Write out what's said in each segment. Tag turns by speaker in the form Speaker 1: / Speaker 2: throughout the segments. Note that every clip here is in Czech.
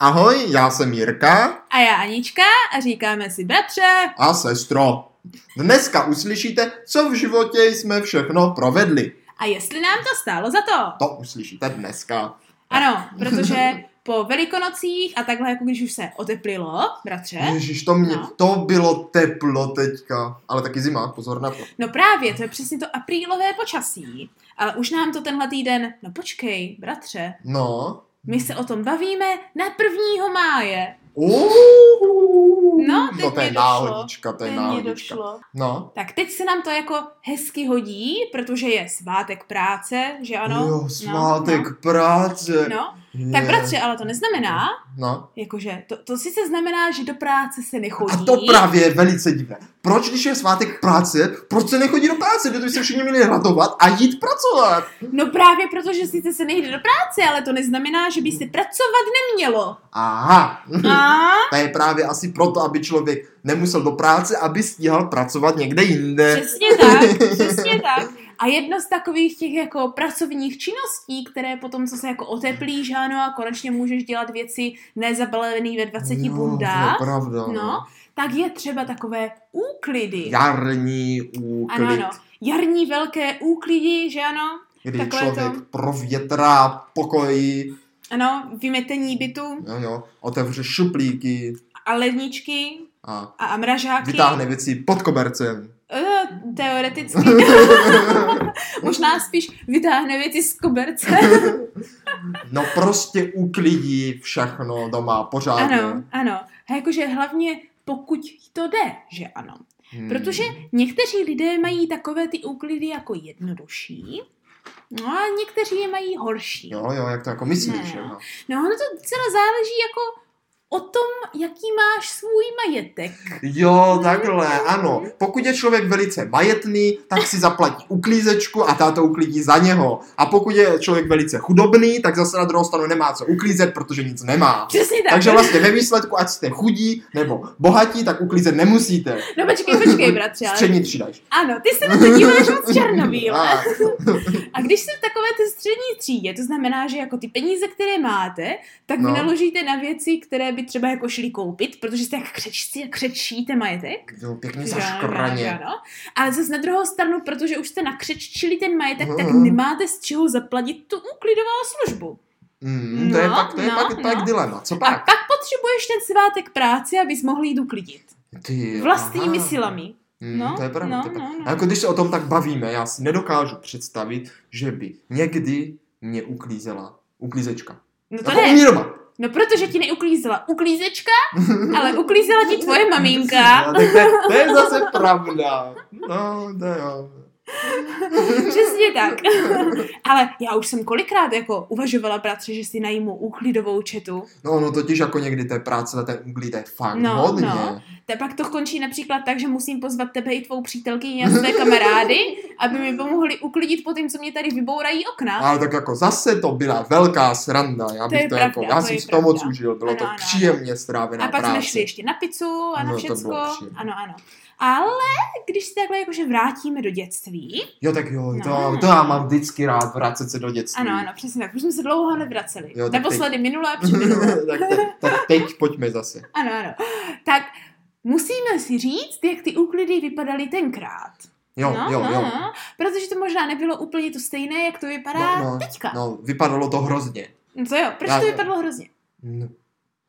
Speaker 1: Ahoj, já jsem Jirka
Speaker 2: A já Anička a říkáme si bratře.
Speaker 1: a sestro. Dneska uslyšíte, co v životě jsme všechno provedli.
Speaker 2: A jestli nám to stálo za to?
Speaker 1: To uslyšíte dneska.
Speaker 2: Ano, protože po velikonocích a takhle, jako když už se oteplilo, bratře.
Speaker 1: Ježíš, to mě,
Speaker 2: No.
Speaker 1: to bylo teplo teďka. Ale taky zima, pozor na to.
Speaker 2: No právě, to je přesně to aprílové počasí. Ale už nám to tenhle týden, no počkej, bratře,
Speaker 1: No.
Speaker 2: my se o tom bavíme na 1. máje.
Speaker 1: Uuu.
Speaker 2: No, teď
Speaker 1: no to je
Speaker 2: mě došlo.
Speaker 1: náhodička, to je
Speaker 2: Ten mě
Speaker 1: náhodička.
Speaker 2: došlo.
Speaker 1: No.
Speaker 2: Tak teď se nám to jako hezky hodí, protože je svátek práce, že ano?
Speaker 1: jo, svátek práce.
Speaker 2: No, no.
Speaker 1: Je.
Speaker 2: Tak bratře, ale to neznamená,
Speaker 1: No.
Speaker 2: Jakože, to, to sice znamená, že do práce se nechodí.
Speaker 1: A to právě je velice divné. Proč, když je svátek práce, proč se nechodí do práce, kde by se všichni měli radovat a jít pracovat?
Speaker 2: No právě proto, že sice se nejde do práce, ale to neznamená, že by se pracovat nemělo.
Speaker 1: Aha, no,
Speaker 2: A?
Speaker 1: to je právě asi proto, aby člověk nemusel do práce, aby stíhal pracovat někde jinde.
Speaker 2: Přesně tak, přesně tak. A jedno z takových těch jako pracovních činností, které potom, co se jako oteplí, že ano, a konečně můžeš dělat věci nezabalený ve 20
Speaker 1: no,
Speaker 2: bundách,
Speaker 1: To je pravda.
Speaker 2: no, tak je třeba takové úklidy.
Speaker 1: Jarní
Speaker 2: Ano,
Speaker 1: úklid,
Speaker 2: ano. Jarní velké úklidy, že ano?
Speaker 1: kdy
Speaker 2: takové
Speaker 1: člověk provětrá pokoji,
Speaker 2: Ano, vymetení bytu
Speaker 1: jo, jo, otevře šuplíky
Speaker 2: a ledničky
Speaker 1: a
Speaker 2: a, a mražáky.
Speaker 1: vytáhne věci pod kobercem.
Speaker 2: Eh, Teoreticky. Možná spíš vytáhne věci z koberce.
Speaker 1: No prostě uklidí všechno doma pořádně.
Speaker 2: Ano, ano. A jakože hlavně pokud to jde, že ano.
Speaker 1: Hmm.
Speaker 2: Protože někteří lidé mají takové ty úklidy jako jednodušší, no a někteří je mají horší.
Speaker 1: Jo, jo, jak to jako myslíš,
Speaker 2: Ne,
Speaker 1: jo.
Speaker 2: no. No ono to docela záleží jako o tom, jaký máš svůj majetek.
Speaker 1: Jo, takhle, ano. Pokud je člověk velice majetný, tak si zaplatí uklízečku a ta to uklidí za něho. A pokud je člověk velice chudobný, tak zase na druhou stranu nemá co uklízet, protože nic nemá.
Speaker 2: Přesně tak.
Speaker 1: Takže vlastně ve výsledku, ať jste chudí nebo bohatí, tak uklízet nemusíte.
Speaker 2: No počkej, počkej, bratře. Ale...
Speaker 1: Střední třída.
Speaker 2: Ano, ty se na to díváš moc černobíle.
Speaker 1: A,
Speaker 2: A když jste v takové té střední třídě, to znamená, že jako ty peníze, které máte, tak
Speaker 1: No.
Speaker 2: no. vynaložíte na věci, které by třeba jako šli koupit, protože jste jak křečci a křečíte majetek.
Speaker 1: jo, pěkně
Speaker 2: Že ano, že
Speaker 1: zaškraně.
Speaker 2: ano. Ale zase na druhou stranu, protože už jste nakřeččili ten majetek, tak
Speaker 1: Mhm.
Speaker 2: nemáte z čeho zaplatit tu úklidovou službu.
Speaker 1: Mm, to je
Speaker 2: No,
Speaker 1: pak, to je
Speaker 2: no,
Speaker 1: pak, to je pak
Speaker 2: no.
Speaker 1: dilema. Co
Speaker 2: A
Speaker 1: pak?
Speaker 2: pak potřebuješ ten svátek práce, abys mohl jít uklidit.
Speaker 1: Ty,
Speaker 2: Vlastními
Speaker 1: aha.
Speaker 2: silami.
Speaker 1: Mm,
Speaker 2: No,
Speaker 1: to je pravda.
Speaker 2: no,
Speaker 1: to je pravda.
Speaker 2: no, no.
Speaker 1: A jako když se o tom tak bavíme, já si nedokážu představit, že by někdy mě uklízela uklízečka.
Speaker 2: No to
Speaker 1: Jako u
Speaker 2: ne.
Speaker 1: mě doma.
Speaker 2: No protože ti neuklízela uklízečka, ale uklízela ti tvoje maminka.
Speaker 1: No, tak to, je, to je zase pravda. No, to jo.
Speaker 2: Přesně tak. Ale já už jsem kolikrát jako uvažovala, bratře, že si najmu úklidovou četu.
Speaker 1: No, no totiž jako někdy té práce na ten uklíz je fakt
Speaker 2: No,
Speaker 1: hodně.
Speaker 2: no. Te pak to končí například tak, že musím pozvat tebe i tvou přítelkyni a své kamarády, aby mi pomohli uklidit po tím, co mě tady vybourají okna.
Speaker 1: Ale tak jako zase to byla velká sranda. Já
Speaker 2: To
Speaker 1: bych
Speaker 2: je
Speaker 1: to,
Speaker 2: pravda,
Speaker 1: jako, já
Speaker 2: to
Speaker 1: jsem
Speaker 2: je
Speaker 1: si to moc
Speaker 2: pravda.
Speaker 1: užil. Bylo
Speaker 2: Ano,
Speaker 1: to
Speaker 2: ano,
Speaker 1: příjemně strávená
Speaker 2: A pak
Speaker 1: práce.
Speaker 2: jsme šli ještě na pizzu a na
Speaker 1: No, to
Speaker 2: všecko.
Speaker 1: bylo příjemné.
Speaker 2: Ano, ano. Ale když se takhle jakože vrátíme do dětství,
Speaker 1: Jo, tak jo, to,
Speaker 2: No.
Speaker 1: to já mám vždycky rád vracet se do dětství.
Speaker 2: ano, ano, přesně tak, už jsme se dlouho nevraceli.
Speaker 1: Jo, tak teď-
Speaker 2: Naposledy minule a předminule.
Speaker 1: tak, te, tak teď pojďme zase.
Speaker 2: Ano, ano. Tak musíme si říct, jak ty úklidy vypadaly tenkrát.
Speaker 1: Jo,
Speaker 2: no,
Speaker 1: jo,
Speaker 2: no,
Speaker 1: jo.
Speaker 2: no, protože to možná nebylo úplně to stejné, jak to vypadá
Speaker 1: No,
Speaker 2: no,
Speaker 1: no,
Speaker 2: no, teďka. No.
Speaker 1: No, vypadalo to hrozně.
Speaker 2: Co jo, proč
Speaker 1: Já-
Speaker 2: to vypadalo hrozně?
Speaker 1: No,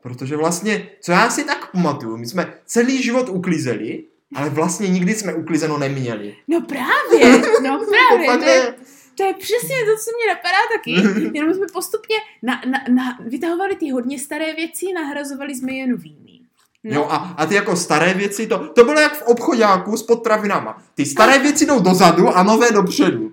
Speaker 1: protože vlastně, co já si tak pamatuju, my jsme celý život uklízeli, ale vlastně nikdy jsme uklizeno neměli.
Speaker 2: No právě, no
Speaker 1: To
Speaker 2: právě,
Speaker 1: fakt
Speaker 2: to je,
Speaker 1: je,
Speaker 2: to je přesně to, co mě napadá taky, jenom jsme postupně na, na, na, vytahovali ty hodně staré věci, nahrazovali jsme je novými. No,
Speaker 1: jo, a, a ty jako staré věci, to, to bylo jak v obchodáku s potravinama. Ty staré věci jdou dozadu a nové dopředu.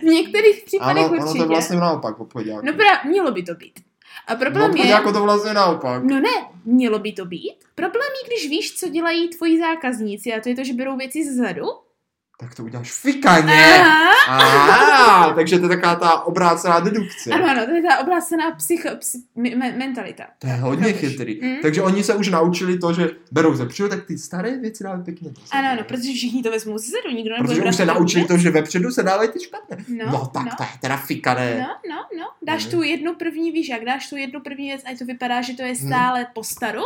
Speaker 2: v některých případech
Speaker 1: Ano,
Speaker 2: ano,
Speaker 1: ono to
Speaker 2: určitě.
Speaker 1: je vlastně naopak v obchodáku.
Speaker 2: No právě, mělo by to být. A problém
Speaker 1: no,
Speaker 2: je,
Speaker 1: jako to vlastně naopak.
Speaker 2: No ne, mělo by to být. Problém je, když víš, co dělají tvoji zákazníci, a to je to, že berou věci zezadu
Speaker 1: tak to uděláš fikaně.
Speaker 2: Aha.
Speaker 1: Ah, takže to je taková ta obrácená dedukce.
Speaker 2: Ano, ano, to je ta obrácená psycho, psy, me, me, mentalita.
Speaker 1: To je hodně chytrý.
Speaker 2: Mm.
Speaker 1: Takže oni se už naučili to, že berou ze předu, tak ty staré věci dávají pěkně. do
Speaker 2: Ano,
Speaker 1: zadu.
Speaker 2: ano, protože všichni to vezmou zezadu, nikdo nebude
Speaker 1: protože už
Speaker 2: brát
Speaker 1: se
Speaker 2: na
Speaker 1: naučili
Speaker 2: vůbec.
Speaker 1: to, že vepředu se dávají ty špatné.
Speaker 2: No,
Speaker 1: No, tak
Speaker 2: no.
Speaker 1: to je teda fikané.
Speaker 2: No, no, no. Dáš
Speaker 1: Mm.
Speaker 2: tu jednu první, víš jak, dáš tu jednu první věc, ať to vypadá, že to je stále po staru,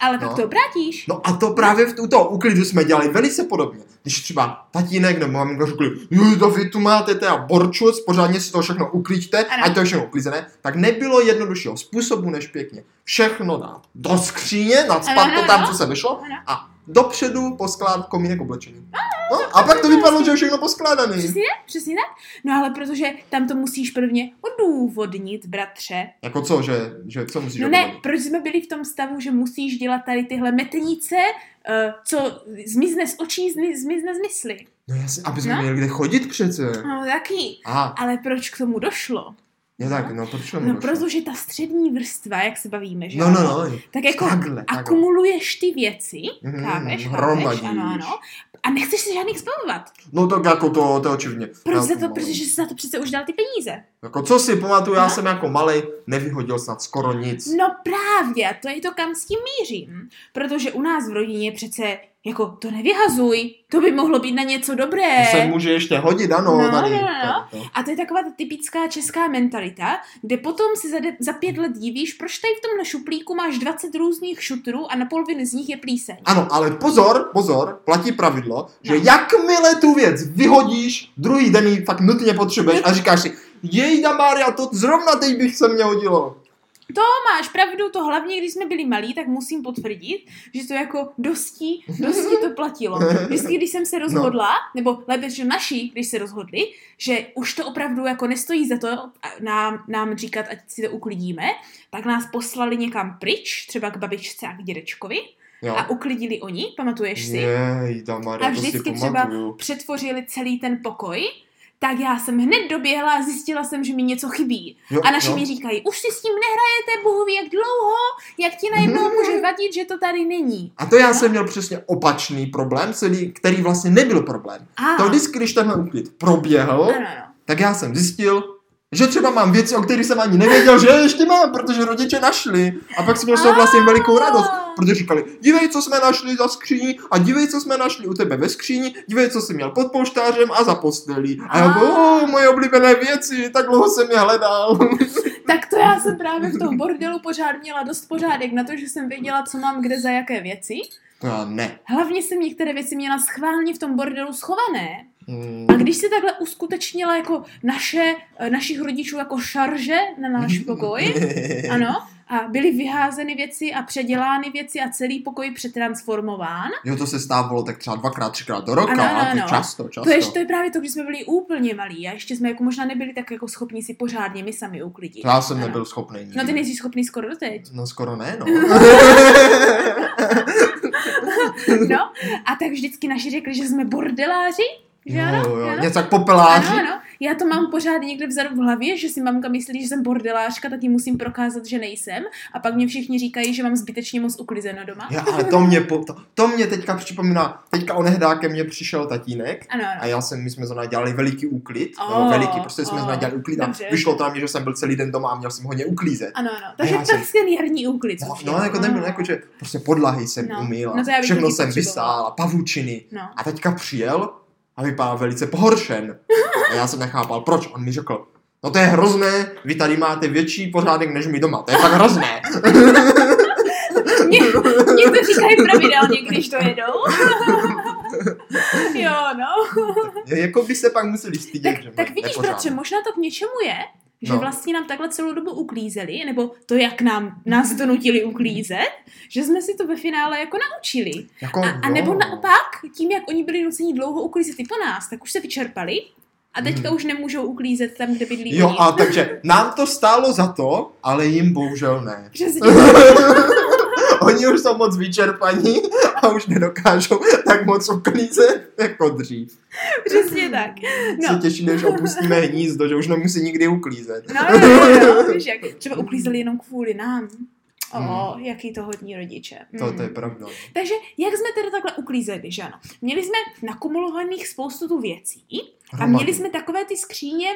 Speaker 2: ale pak
Speaker 1: Hmm. No.
Speaker 2: to obrátíš.
Speaker 1: No a to právě v tuto uklidu jsme dělali velice podobně. Když třeba tatínek nebo maminka řekli, jo, to vy tu máte teda borčus, pořádně si to všechno uklíďte,
Speaker 2: Ano.
Speaker 1: ať to je všechno uklízené, tak nebylo jednoduššího způsobu než pěkně. Všechno dát do skříně, nadspat
Speaker 2: Ano,
Speaker 1: to
Speaker 2: ano,
Speaker 1: tam,
Speaker 2: ano.
Speaker 1: co se vyšlo,
Speaker 2: Ano.
Speaker 1: a dopředu poskládat komínek oblečení. No, a pak to vypadlo, že je všechno poskládaný.
Speaker 2: Přesně tak, přesně tak. No ale protože tam to musíš prvně odůvodnit, bratře.
Speaker 1: Jako co, že, že co musíš
Speaker 2: No
Speaker 1: oblečit?
Speaker 2: ne, proč jsme byli v tom stavu, že musíš dělat tady tyhle metenice, eh, co zmizne z očí, zmi- zmizne z mysli.
Speaker 1: No jasně, aby jsme
Speaker 2: No.
Speaker 1: měli kde chodit přece.
Speaker 2: No taky.
Speaker 1: Aha,
Speaker 2: Ale proč k tomu došlo?
Speaker 1: je tak, no proč to
Speaker 2: No
Speaker 1: nedošlo?
Speaker 2: protože ta střední vrstva, jak se bavíme, že?
Speaker 1: No, no, no.
Speaker 2: Tak jako
Speaker 1: Takhle, takhle.
Speaker 2: akumuluješ ty věci,
Speaker 1: Mhm,
Speaker 2: chápeš, chápeš,
Speaker 1: hromadíš.
Speaker 2: ano, ano, a nechceš si žádných zbavovat.
Speaker 1: No tak jako to, to je očivně.
Speaker 2: Proč
Speaker 1: Já
Speaker 2: za to,
Speaker 1: pomalu.
Speaker 2: protože jsi za to přece už dal ty peníze.
Speaker 1: Jako co si pamatuju, já
Speaker 2: No.
Speaker 1: jsem jako malej nevyhodil snad skoro nic.
Speaker 2: No právě, a to je to, kam s tím mířím. Protože u nás v rodině přece, jako, to nevyhazuj, to by mohlo být na něco dobré.
Speaker 1: To se může ještě hodit, ano,
Speaker 2: No,
Speaker 1: tady.
Speaker 2: no, no.
Speaker 1: tady to.
Speaker 2: A to je taková ta typická česká mentalita, kde potom si za, de- za pět let divíš, proč tady v tomhle šuplíku máš 20 různých šutrů a na polovinu z nich je plíseň.
Speaker 1: Ano, ale pozor, pozor, platí pravidlo, že
Speaker 2: No.
Speaker 1: jakmile tu věc vyhodíš, druhý den ji fakt nutně
Speaker 2: No.
Speaker 1: potřebuješ a říkáš si, jejda Mária, to zrovna teď bych se mě hodilo.
Speaker 2: máš pravdu, to hlavně, když jsme byli malí, tak musím potvrdit, že to jako dosti, dosti to platilo. Vždycky, když jsem se rozhodla, nebo lépe, že naši, když se rozhodli, že už to opravdu jako nestojí za to a nám, nám říkat, ať si to uklidíme, tak nás poslali někam pryč, třeba k babičce a k dědečkovi
Speaker 1: Jo.
Speaker 2: a uklidili oni, pamatuješ si?
Speaker 1: Jejda Mária,
Speaker 2: A
Speaker 1: to si
Speaker 2: vždycky třeba-
Speaker 1: pamatuju.
Speaker 2: Přetvořili celý ten pokoj, tak já jsem hned doběhla a zjistila jsem, že mi něco chybí.
Speaker 1: Jo,
Speaker 2: A naši
Speaker 1: jo.
Speaker 2: mi říkají, už si s tím nehrajete, bohu ví jak dlouho, jak ti najednou může vadit, že to tady není.
Speaker 1: A to já jsem měl přesně opačný problém, celý- který vlastně nebyl problém.
Speaker 2: A,
Speaker 1: To vždycky, když tenhle úklid proběhl,
Speaker 2: ano, ano.
Speaker 1: tak já jsem zjistil, že třeba mám věci, o kterých jsem ani nevěděl, že je ještě mám, protože rodiče našli. A pak jsem měl z toho vlastně velikou radost, protože říkali, dívej, co jsme našli za skříní a dívej, co jsme našli u tebe ve skříni, dívej, co jsi měl pod polštářem a za postelí. A já byl, o, moje oblíbené věci, tak dlouho jsem je hledal.
Speaker 2: Tak to já jsem právě v tom bordelu pořád měla dost pořádek na to, že jsem věděla, co mám kde za jaké věci.
Speaker 1: To já No ne.
Speaker 2: Hlavně jsem některé věci měla schválně v tom bordelu schované.
Speaker 1: Hmm.
Speaker 2: A když se takhle uskutečnila jako naše, eh, našich rodičů jako šarže na náš pokoj, Ano, a byly vyházeny věci a předělány věci a celý pokoj přetransformován.
Speaker 1: Jo, to se stávalo tak třeba dvakrát, třikrát do roka,
Speaker 2: Ano, ano,
Speaker 1: a to
Speaker 2: ano.
Speaker 1: často, často.
Speaker 2: To je, to je právě to, když jsme byli úplně malí a ještě jsme jako možná nebyli tak jako schopni si pořádně my sami uklidit.
Speaker 1: To já jsem
Speaker 2: Ano.
Speaker 1: nebyl schopný. nikdy.
Speaker 2: No ty nejsi schopný skoro doteď.
Speaker 1: No skoro ne, no.
Speaker 2: No a tak vždycky naši řekli, že jsme bordeláři. Že ano?
Speaker 1: No, jo, jo.
Speaker 2: ano?
Speaker 1: Něco jak popeláři.
Speaker 2: Ano, ano. Já to mám pořád někde vzadu v hlavě, že si mamka myslí, že jsem bordelářka, tak jí musím prokázat, že nejsem. A pak mě všichni říkají, že mám zbytečně moc uklizeno doma.
Speaker 1: Jo, ale to mě, po, to, to mě teďka připomíná, teďka onehdá ke mně přišel tatínek
Speaker 2: Ano,
Speaker 1: a
Speaker 2: ano.
Speaker 1: já jsem, my jsme zrovna dělali veliký úklid,
Speaker 2: O,
Speaker 1: nebo veliký, prostě jsme
Speaker 2: o,
Speaker 1: zrovna dělali úklid a
Speaker 2: Oh, dobře.
Speaker 1: vyšlo to na mě, že jsem byl celý den doma a měl jsem hodně uklízet.
Speaker 2: Ano, ano. Takže
Speaker 1: já
Speaker 2: tak
Speaker 1: jsem-
Speaker 2: ten jarní úklid.
Speaker 1: No,
Speaker 2: což je.
Speaker 1: no jako ten byl,
Speaker 2: Ano.
Speaker 1: jako, že prostě podlahy jsem
Speaker 2: No,
Speaker 1: umýl,
Speaker 2: no to já bych
Speaker 1: všechno
Speaker 2: taky
Speaker 1: jsem
Speaker 2: potřebovala.
Speaker 1: vysál a pavučiny.
Speaker 2: No.
Speaker 1: A teďka přijel a vypadal velice pohoršen. A já jsem nechápal, proč. On mi řekl, no to je hrozné, vy tady máte větší pořádek než my doma, to je fakt hrozné.
Speaker 2: Mě, mě to říkají pravidelně, když to jedou. jo, no.
Speaker 1: jako by se pak museli stydět, že
Speaker 2: Tak, tak
Speaker 1: mají
Speaker 2: vidíš,
Speaker 1: nepořádek.
Speaker 2: bratře, možná to k něčemu je, že
Speaker 1: No.
Speaker 2: no. vlastně nám takhle celou dobu uklízeli, nebo to, jak nám nás donutili uklízet, že jsme si to ve finále jako naučili.
Speaker 1: Jako,
Speaker 2: A, a nebo
Speaker 1: jo.
Speaker 2: naopak, tím, jak oni byli nuceni dlouho uklízet i po nás, tak už se vyčerpali a teďka
Speaker 1: Hmm.
Speaker 2: už nemůžou uklízet tam, kde bydlí
Speaker 1: Jo,
Speaker 2: oni.
Speaker 1: a takže nám to stálo za to, ale jim bohužel ne.
Speaker 2: Přesně.
Speaker 1: Oni už jsou moc vyčerpaní a už nedokážou tak moc uklízet jako dřív.
Speaker 2: Přesně tak.
Speaker 1: No. Se těší, než opustíme hnízdo, že už nemusí nikdy uklízet.
Speaker 2: No, no, no, no, víš jak, třeba uklízeli jenom kvůli nám. O,
Speaker 1: Mhm.
Speaker 2: jaký to hodní rodiče.
Speaker 1: To,
Speaker 2: Mm.
Speaker 1: to je pravda. no.
Speaker 2: Takže jak jsme tedy takhle uklízeli, že ano? Měli jsme nakumulovaných spoustu tu věcí a
Speaker 1: Hromadu.
Speaker 2: měli jsme takové ty skříně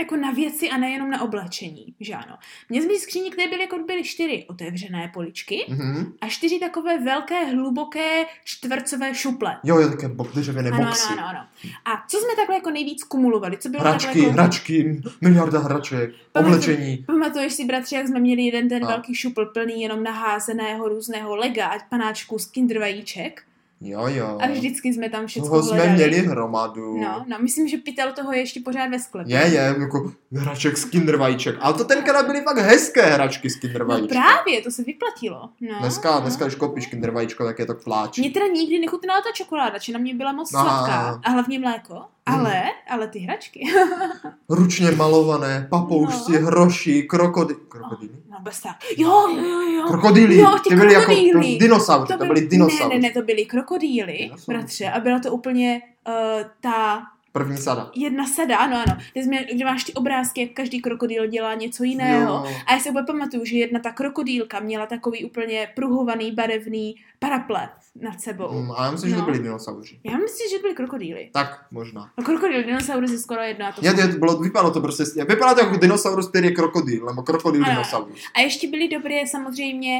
Speaker 2: jako na věci a nejenom na oblečení, že ano. Měli jsme skříně, které byly jako byly čtyři otevřené poličky
Speaker 1: Mhm.
Speaker 2: a čtyři takové velké, hluboké, čtvercové šuple.
Speaker 1: Jo, jo, také bo- dřevěné
Speaker 2: Ano,
Speaker 1: boxy.
Speaker 2: ano, ano, ano. A co jsme takhle jako nejvíc kumulovali? Co bylo
Speaker 1: Hračky,
Speaker 2: takhle jako...
Speaker 1: hračky, miliarda hraček,
Speaker 2: Pamatuju-
Speaker 1: oblečení.
Speaker 2: Pamatuješ si, bratře, jak jsme měli jeden ten
Speaker 1: A.
Speaker 2: velký šupl plný jenom naházeného různého lega a panáčků z kinder vajíček?
Speaker 1: Jo, jo.
Speaker 2: A vždycky jsme tam všechno
Speaker 1: Toho No. jsme
Speaker 2: hledali.
Speaker 1: měli hromadu.
Speaker 2: No, no, myslím, že pytel toho je ještě pořád ve sklepě.
Speaker 1: Je, je, jako hraček z Kinder vajíček. Ale to tenkrát byly fakt hezké hračky z Kinder
Speaker 2: no
Speaker 1: vajíčka.
Speaker 2: právě, to se vyplatilo. No,
Speaker 1: Dneska,
Speaker 2: no.
Speaker 1: dneska, když koupíš Kinder vajíčko, tak je to pláč.
Speaker 2: Mě teda nikdy nechutnala ta čokoláda, či na mě byla moc
Speaker 1: Aha. Hmm.
Speaker 2: sladká. A hlavně mléko. Ale, ale ty hračky.
Speaker 1: Ručně malované, papoušci,
Speaker 2: No.
Speaker 1: hroši, krokodily. Krokodily?
Speaker 2: No, bez tak. Jo, jo, jo, jo.
Speaker 1: Krokodýly,
Speaker 2: No, Jo, ty
Speaker 1: ty byly jako
Speaker 2: krokodýly.
Speaker 1: to byly dinosaury, to, byly dinosaury.
Speaker 2: Ne, ne, ne, to byly krokodýly,
Speaker 1: Dinosaury.
Speaker 2: bratře. A byla to úplně uh, ta
Speaker 1: První sada.
Speaker 2: jedna sada, ano, ano. Kde, jsme, kde máš ty obrázky, jak každý krokodýl dělá něco jiného.
Speaker 1: Jo.
Speaker 2: A já si úplně pamatuju, že jedna ta krokodýlka měla takový úplně pruhovaný barevný paraplet nad sebou.
Speaker 1: Mm, A já myslím, že
Speaker 2: No.
Speaker 1: to byly dinosauři.
Speaker 2: Já myslím, že to byly krokodýly.
Speaker 1: Tak, možná.
Speaker 2: A krokodýl, dinosaurus je skoro jedno a to
Speaker 1: Je,
Speaker 2: jsou.
Speaker 1: je, to bylo, vypadalo to prostě, vypadalo to jako dinosaurus, který je krokodýl, nebo krokodýl
Speaker 2: Ano.
Speaker 1: dinosaurus.
Speaker 2: A ještě byly dobré samozřejmě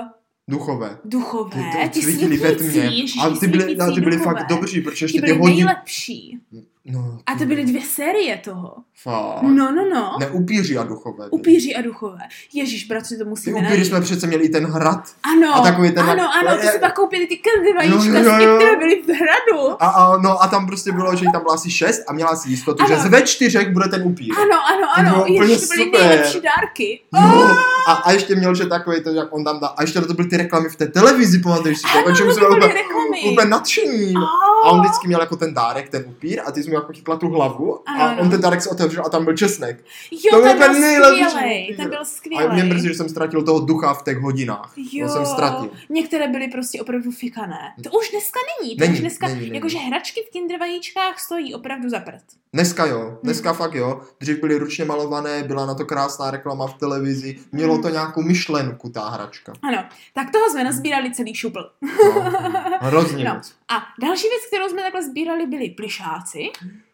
Speaker 2: uh,
Speaker 1: Duchové.
Speaker 2: duchové,
Speaker 1: Ty,
Speaker 2: ty,
Speaker 1: ty svítili ve tmě.
Speaker 2: svítící, ježiš,
Speaker 1: A ty byly, a ty byly
Speaker 2: duchové.
Speaker 1: fakt dobří, protože
Speaker 2: Ti
Speaker 1: ještě ty
Speaker 2: byly
Speaker 1: hodiny...
Speaker 2: nejlepší.
Speaker 1: No,
Speaker 2: A to byly dvě série toho.
Speaker 1: Fakt.
Speaker 2: No, no, no.
Speaker 1: Ne, upíři a duchové. byli.
Speaker 2: Upíři a duchové. Ježíš, bratře, to
Speaker 1: Ty
Speaker 2: musíme
Speaker 1: upíři
Speaker 2: najít.
Speaker 1: jsme přece měli i ten hrad.
Speaker 2: Ano,
Speaker 1: a takový ten-
Speaker 2: ano, ano, to
Speaker 1: je-
Speaker 2: si pak koupili ty kandy vajíčka,
Speaker 1: Jo, jo, jo, jo.
Speaker 2: které byly v hradu.
Speaker 1: A, a, no a tam prostě bylo, že jich tam byla asi šest a měla si jistotu,
Speaker 2: Ano.
Speaker 1: že z ve čtyřech bude ten upír.
Speaker 2: Ano, ano,
Speaker 1: To
Speaker 2: ano,
Speaker 1: bylo úplně
Speaker 2: ježiš, to byly
Speaker 1: super.
Speaker 2: nejlepší dárky.
Speaker 1: Jo. No, A, a ještě měl, že takový to, jak on tam dá. A ještě to byly ty reklamy v té televizi, pamatuješ si to?
Speaker 2: Ano,
Speaker 1: O čem
Speaker 2: to
Speaker 1: jsme
Speaker 2: byly
Speaker 1: úplně,
Speaker 2: reklamy.
Speaker 1: úplně nadšení. A
Speaker 2: Oh.
Speaker 1: on vždycky měl jako ten dárek, ten upír, a ty jsi mu jako chytla tu hlavu
Speaker 2: Ano,
Speaker 1: a
Speaker 2: ano.
Speaker 1: on ten dárek se otevřel a tam byl česnek.
Speaker 2: Jo,
Speaker 1: To
Speaker 2: to
Speaker 1: byl
Speaker 2: ten byl
Speaker 1: úplně nejlepší
Speaker 2: skvělej,
Speaker 1: upír.
Speaker 2: ten byl skvělej.
Speaker 1: A mě mrzí, že jsem ztratil toho ducha v těch hodinách.
Speaker 2: Jo,
Speaker 1: To jsem ztratil.
Speaker 2: některé byly prostě opravdu fikané. To už dneska není, to
Speaker 1: Není,
Speaker 2: už dneska,
Speaker 1: není, není.
Speaker 2: jakože hračky v kinder vajíčkách stojí opravdu za prd.
Speaker 1: Dneska
Speaker 2: Hmm.
Speaker 1: jo, dneska fakt jo. Dřív byly ručně malované, byla na to krásná reklama v televizi,
Speaker 2: Hmm.
Speaker 1: mělo to nějakou myšlenku ta hračka.
Speaker 2: Ano, tak toho jsme nazbírali celý šupl.
Speaker 1: No, hrozně
Speaker 2: No.
Speaker 1: moc.
Speaker 2: A další věc, kterou jsme takhle sbírali, byli plišáci.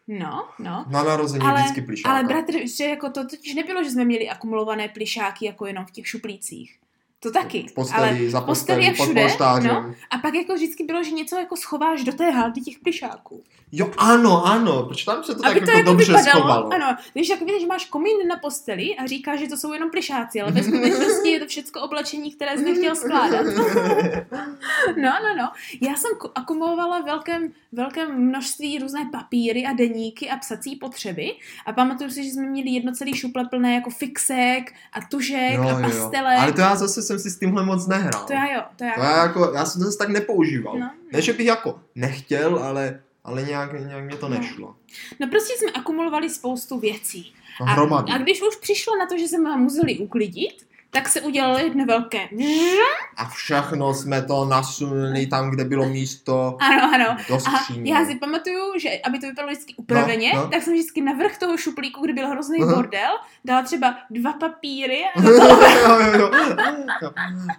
Speaker 2: No, no.
Speaker 1: Na narození
Speaker 2: Ale-
Speaker 1: vždycky plišáka.
Speaker 2: Ale bratr, že jako to totiž nebylo, že jsme měli akumulované plišáky jako jenom v těch šuplících. To taky.
Speaker 1: v
Speaker 2: ale
Speaker 1: posteli, za
Speaker 2: posteli
Speaker 1: postelí,
Speaker 2: je
Speaker 1: pod
Speaker 2: všude,
Speaker 1: polštářem.
Speaker 2: no. A pak jako vždycky bylo, že něco jako schováš do té haldy těch plišáků.
Speaker 1: Jo, ano, ano, protože tam se to tak
Speaker 2: Aby
Speaker 1: jako, dobře schovalo.
Speaker 2: Ano, když jako víš, že máš komín na posteli a říkáš, že to jsou jenom plišáci, ale ve skutečnosti je to všechno oblečení, které jsi nechtěl skládat. No, no, no. Já jsem ku- akumulovala velkém, velkém množství různé papíry a deníky a psací potřeby a pamatuju si, že jsme měli jedno celý šuple plné jako fixek a tužek
Speaker 1: jo,
Speaker 2: a
Speaker 1: jo, jo.
Speaker 2: pastelek.
Speaker 1: Ale to já zase jsem si s tímhle moc nehrál.
Speaker 2: To já jo, to já.
Speaker 1: to já, jako, já jsem to zase tak nepoužíval.
Speaker 2: No.
Speaker 1: Ne, že bych jako nechtěl, ale, ale nějak, nějak mě to
Speaker 2: No.
Speaker 1: nešlo.
Speaker 2: no prostě jsme akumulovali spoustu věcí.
Speaker 1: No,
Speaker 2: A,
Speaker 1: hromadu.
Speaker 2: a když už přišlo na to, že se mám museli uklidit, tak se udělalo jedno velké
Speaker 1: A všechno jsme to nasunuli tam, kde bylo místo.
Speaker 2: Ano, ano.
Speaker 1: Do
Speaker 2: A
Speaker 1: skříně.
Speaker 2: já si pamatuju, že aby to vypadalo vždycky upraveně, no,
Speaker 1: No,
Speaker 2: no.
Speaker 1: no.
Speaker 2: tak jsem vždycky na vrch toho šuplíku, kde byl hrozný
Speaker 1: Aha.
Speaker 2: bordel, dala třeba dva papíry. A...
Speaker 1: jo, jo, jo.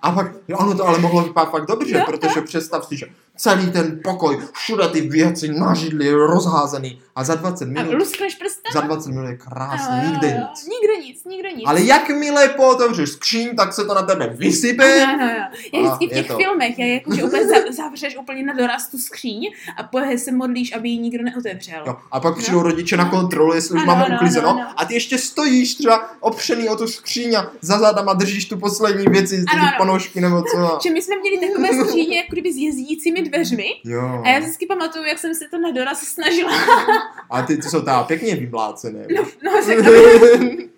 Speaker 1: A pak, jo, ono to ale mohlo vypadat fakt dobře,
Speaker 2: No,
Speaker 1: protože představ si, že celý ten pokoj, všude ty věci na židli je rozházený a za 20
Speaker 2: A
Speaker 1: minut,
Speaker 2: luskneš No, prstem?
Speaker 1: za 20 minut je krásně,
Speaker 2: Ano,
Speaker 1: nikde
Speaker 2: jo, jo.
Speaker 1: nic.
Speaker 2: Nikde nic, nikde nic.
Speaker 1: Ale jakmile pootevřeš skříň, tak se to na tebe vysype.
Speaker 2: Ano, ano, ano. Já
Speaker 1: A,
Speaker 2: vždycky v
Speaker 1: je
Speaker 2: těch
Speaker 1: to.
Speaker 2: filmech, já jakože úplně za- zavřeš úplně na doraz tu skříň a poje se modlíš, aby ji nikdo neotevřel.
Speaker 1: Jo, a pak přijdou rodiče na kontrolu, jestli už
Speaker 2: Ano,
Speaker 1: máme
Speaker 2: ano, ano,
Speaker 1: uklizeno
Speaker 2: ano.
Speaker 1: a ty ještě stojíš třeba opřený o tu skříň a za zádama držíš tu poslední věci, ty
Speaker 2: Ano, ano.
Speaker 1: ponožky nebo co.
Speaker 2: Že my jsme měli takové skříně, jako kdyby s jezdícími dveřmi,
Speaker 1: Jo.
Speaker 2: A já vždycky pamatuju, jak jsem se to na doraz snažila.
Speaker 1: A ty, ty jsou ta pěkně vymlácené.
Speaker 2: No, no však, aby,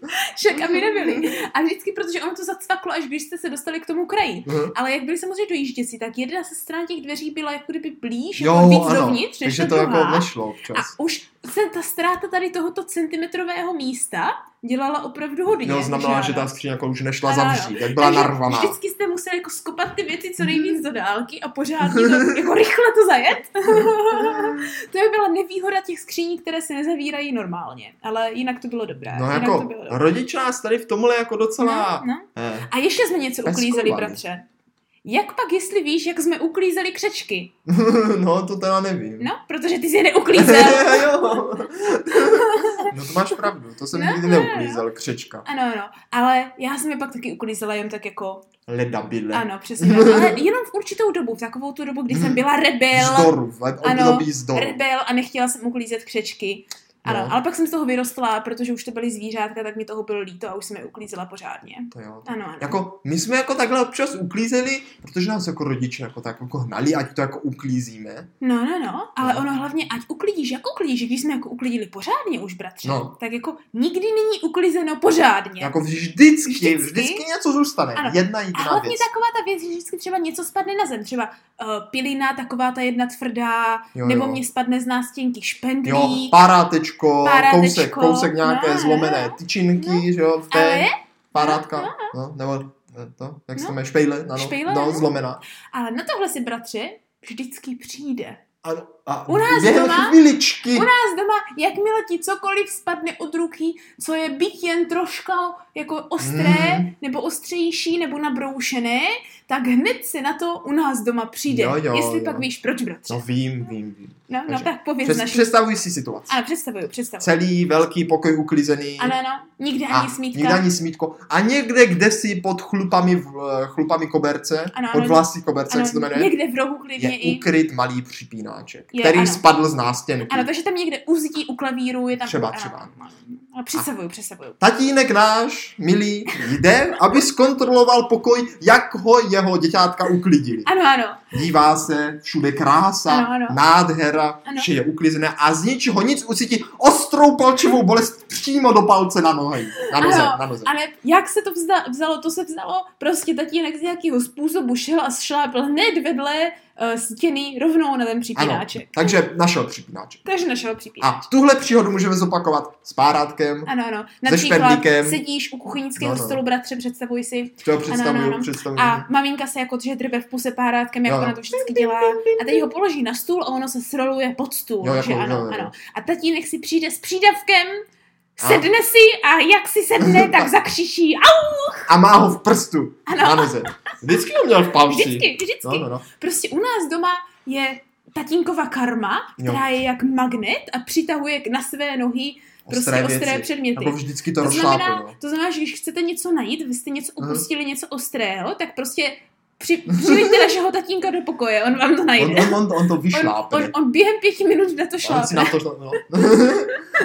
Speaker 1: No.
Speaker 2: však aby nebyly. A vždycky, protože ono to zacvaklo, až když jste se dostali k tomu kraji. Ale jak byli samozřejmě dojížděcí, tak jedna se stran těch dveří byla jako kdyby blíž, jako víc dovnitř, než
Speaker 1: takže
Speaker 2: ta
Speaker 1: to
Speaker 2: druhá.
Speaker 1: jako nešlo občas.
Speaker 2: a už se ta ztráta tady tohoto centimetrového místa dělala opravdu hodně.
Speaker 1: Jo, znamená, že ta
Speaker 2: ano.
Speaker 1: skříň jako už nešla
Speaker 2: Ano, ano.
Speaker 1: zavřít, jak byla
Speaker 2: Takže
Speaker 1: narvaná.
Speaker 2: Vždycky jste museli jako skopat ty věci co nejvíc do dálky a pořádně to, jako rychle to zajet. to by byla nevýhoda těch skříní, které se nezavírají normálně, ale jinak to bylo dobré.
Speaker 1: No
Speaker 2: jinak to
Speaker 1: jako,
Speaker 2: bylo dobré.
Speaker 1: rodič nás tady v tomhle jako docela...
Speaker 2: No, no.
Speaker 1: eh,
Speaker 2: A ještě jsme něco
Speaker 1: Peskovali.
Speaker 2: uklízeli, bratře. Jak pak, jestli víš, jak jsme uklízeli křečky?
Speaker 1: no, to teda nevím.
Speaker 2: No, protože ty jsi je neuklízel.
Speaker 1: jo. no to máš pravdu, to jsem
Speaker 2: No,
Speaker 1: nikdy
Speaker 2: no, no.
Speaker 1: neuklízel, křečka.
Speaker 2: Ano, ano, ale já jsem je pak taky uklízela jen tak jako,
Speaker 1: Leda byle.
Speaker 2: ano, přesně, tak. ale jenom v určitou dobu, v takovou tu dobu, kdy jsem byla rebel,
Speaker 1: Zdoru, v le-
Speaker 2: Ano,
Speaker 1: období zdoru.
Speaker 2: rebel a nechtěla jsem uklízet křečky. Ano,
Speaker 1: No.
Speaker 2: ale pak jsem z toho vyrostla, protože už to byly zvířátka, tak mi toho bylo líto a už jsem je uklízela pořádně.
Speaker 1: To jo.
Speaker 2: Ano, ano.
Speaker 1: Jako, my jsme jako takhle občas uklízeli, protože nás jako rodiče jako tak jako hnali, ať to jako uklízíme.
Speaker 2: No, no, no, ale ono hlavně, ať uklidíš, jak uklidíš, když jsme jako uklidili pořádně už, bratře,
Speaker 1: No.
Speaker 2: tak jako nikdy není uklizeno pořádně.
Speaker 1: Jako vždycky, vždycky,
Speaker 2: Vždycky?
Speaker 1: něco zůstane.
Speaker 2: Ano.
Speaker 1: Jedna
Speaker 2: A
Speaker 1: jediná
Speaker 2: hlavně
Speaker 1: věc.
Speaker 2: taková ta věc, že vždycky třeba něco spadne na zem, třeba uh, pilina, taková ta jedna tvrdá,
Speaker 1: Jo,
Speaker 2: nebo
Speaker 1: jo.
Speaker 2: mě spadne z nástěnky špendlík,
Speaker 1: Jo, parátečko,
Speaker 2: Parátečko,
Speaker 1: kousek, kousek nějaké
Speaker 2: no,
Speaker 1: zlomené
Speaker 2: no.
Speaker 1: tyčinky, že jo, v té
Speaker 2: ale,
Speaker 1: parátka, no, nebo eh, to, jak se
Speaker 2: No.
Speaker 1: to jmenuje, špejle, ano,
Speaker 2: Špejle,
Speaker 1: no,
Speaker 2: no.
Speaker 1: zlomená.
Speaker 2: ale na tohle si, bratře, vždycky přijde.
Speaker 1: Ano, a
Speaker 2: U nás
Speaker 1: během
Speaker 2: doma-
Speaker 1: chviličky,
Speaker 2: u nás doma, jakmile ti cokoliv spadne od ruky, co je byť jen troška jako ostré,
Speaker 1: Mm.
Speaker 2: nebo ostřejší, nebo nabroušené, tak hned se na to u nás doma přijde.
Speaker 1: Jo, jo,
Speaker 2: jestli
Speaker 1: jo.
Speaker 2: pak víš, proč, bratře.
Speaker 1: no vím, vím, vím.
Speaker 2: No, no
Speaker 1: takže
Speaker 2: tak pověz
Speaker 1: Přes,
Speaker 2: naši.
Speaker 1: představuj si situaci.
Speaker 2: Ano, představuju, představuju.
Speaker 1: Celý velký pokoj uklizený.
Speaker 2: Ano, ano, nikde
Speaker 1: A
Speaker 2: ani smítka.
Speaker 1: nikde ani smítko. A někde, kde si pod chlupami, v- eh, chlupami koberce,
Speaker 2: Ano,
Speaker 1: pod
Speaker 2: ano.
Speaker 1: vlasy koberce,
Speaker 2: ano,
Speaker 1: jak se to jmenuje,
Speaker 2: někde v rohu klidně
Speaker 1: je
Speaker 2: i.
Speaker 1: ukryt malý připínáček,
Speaker 2: Je,
Speaker 1: který
Speaker 2: ano.
Speaker 1: spadl z nástěnky.
Speaker 2: Ano, takže tam někde uzdí u klavíru, je tam...
Speaker 1: Třeba,
Speaker 2: ano,
Speaker 1: třeba.
Speaker 2: ano, Ale představuju, představuju.
Speaker 1: Tatínek náš, milý, jde, aby zkontroloval pokoj, jak ho jeho děťátka uklidili.
Speaker 2: Ano, ano,
Speaker 1: Dívá se, všude krása,
Speaker 2: Ano, ano.
Speaker 1: nádhera, ano.
Speaker 2: Ano.
Speaker 1: vše je uklizené a z ničeho nic ucítí ostrou palčivou bolest přímo do palce na nohy. Na noze,
Speaker 2: Ano,
Speaker 1: na noze.
Speaker 2: ale jak se to vzda, vzalo? To se vzalo, prostě tatínek z nějakého způsobu šel a šlápl hned vedle uh, stěny rovnou na ten připínáček.
Speaker 1: Takže našel připínáček.
Speaker 2: Takže našel připínáček.
Speaker 1: A tuhle příhodu můžeme zopakovat s párátkem.
Speaker 2: Ano, ano.
Speaker 1: Se
Speaker 2: Například
Speaker 1: špendlíkem.
Speaker 2: sedíš u kuchyňského
Speaker 1: No, no.
Speaker 2: stolu, bratře, představuj si,
Speaker 1: To představuju,
Speaker 2: Ano, ano, ano.
Speaker 1: představuju.
Speaker 2: A maminka se jako že drbe v puse párátkem, jak
Speaker 1: Jo, jo.
Speaker 2: ona to vždycky dělá. A teď ho položí na stůl a ono se sroluje pod stůl.
Speaker 1: Jo,
Speaker 2: Jo,
Speaker 1: jako,
Speaker 2: jako, že ano,
Speaker 1: jo, jo.
Speaker 2: ano. A tatínek si přijde s přídavkem,
Speaker 1: A-
Speaker 2: sedne si a jak si sedne, tak zakřičí. Au!
Speaker 1: A má ho v prstu
Speaker 2: Ano.
Speaker 1: na noze. Vždycky ho měl v palci.
Speaker 2: Vždycky,
Speaker 1: No,
Speaker 2: vždycky.
Speaker 1: no, no.
Speaker 2: Prostě u nás doma je tatínkova karma,
Speaker 1: Jo.
Speaker 2: která je jak magnet a přitahuje k- na své nohy prostě ostré,
Speaker 1: věci.
Speaker 2: předměty.
Speaker 1: Jako vždycky to,
Speaker 2: To znamená,
Speaker 1: rozšláplo. No.
Speaker 2: to znamená, že když chcete něco najít, vy jste něco
Speaker 1: Mhm.
Speaker 2: opustili, něco ostrého, tak prostě při, přiveďte našeho tatínka do pokoje, on vám to najde.
Speaker 1: On, on, on, on to
Speaker 2: On,
Speaker 1: vyšlápne.
Speaker 2: on, on během pěti minut na to
Speaker 1: A On si
Speaker 2: šlápne.
Speaker 1: na to, no.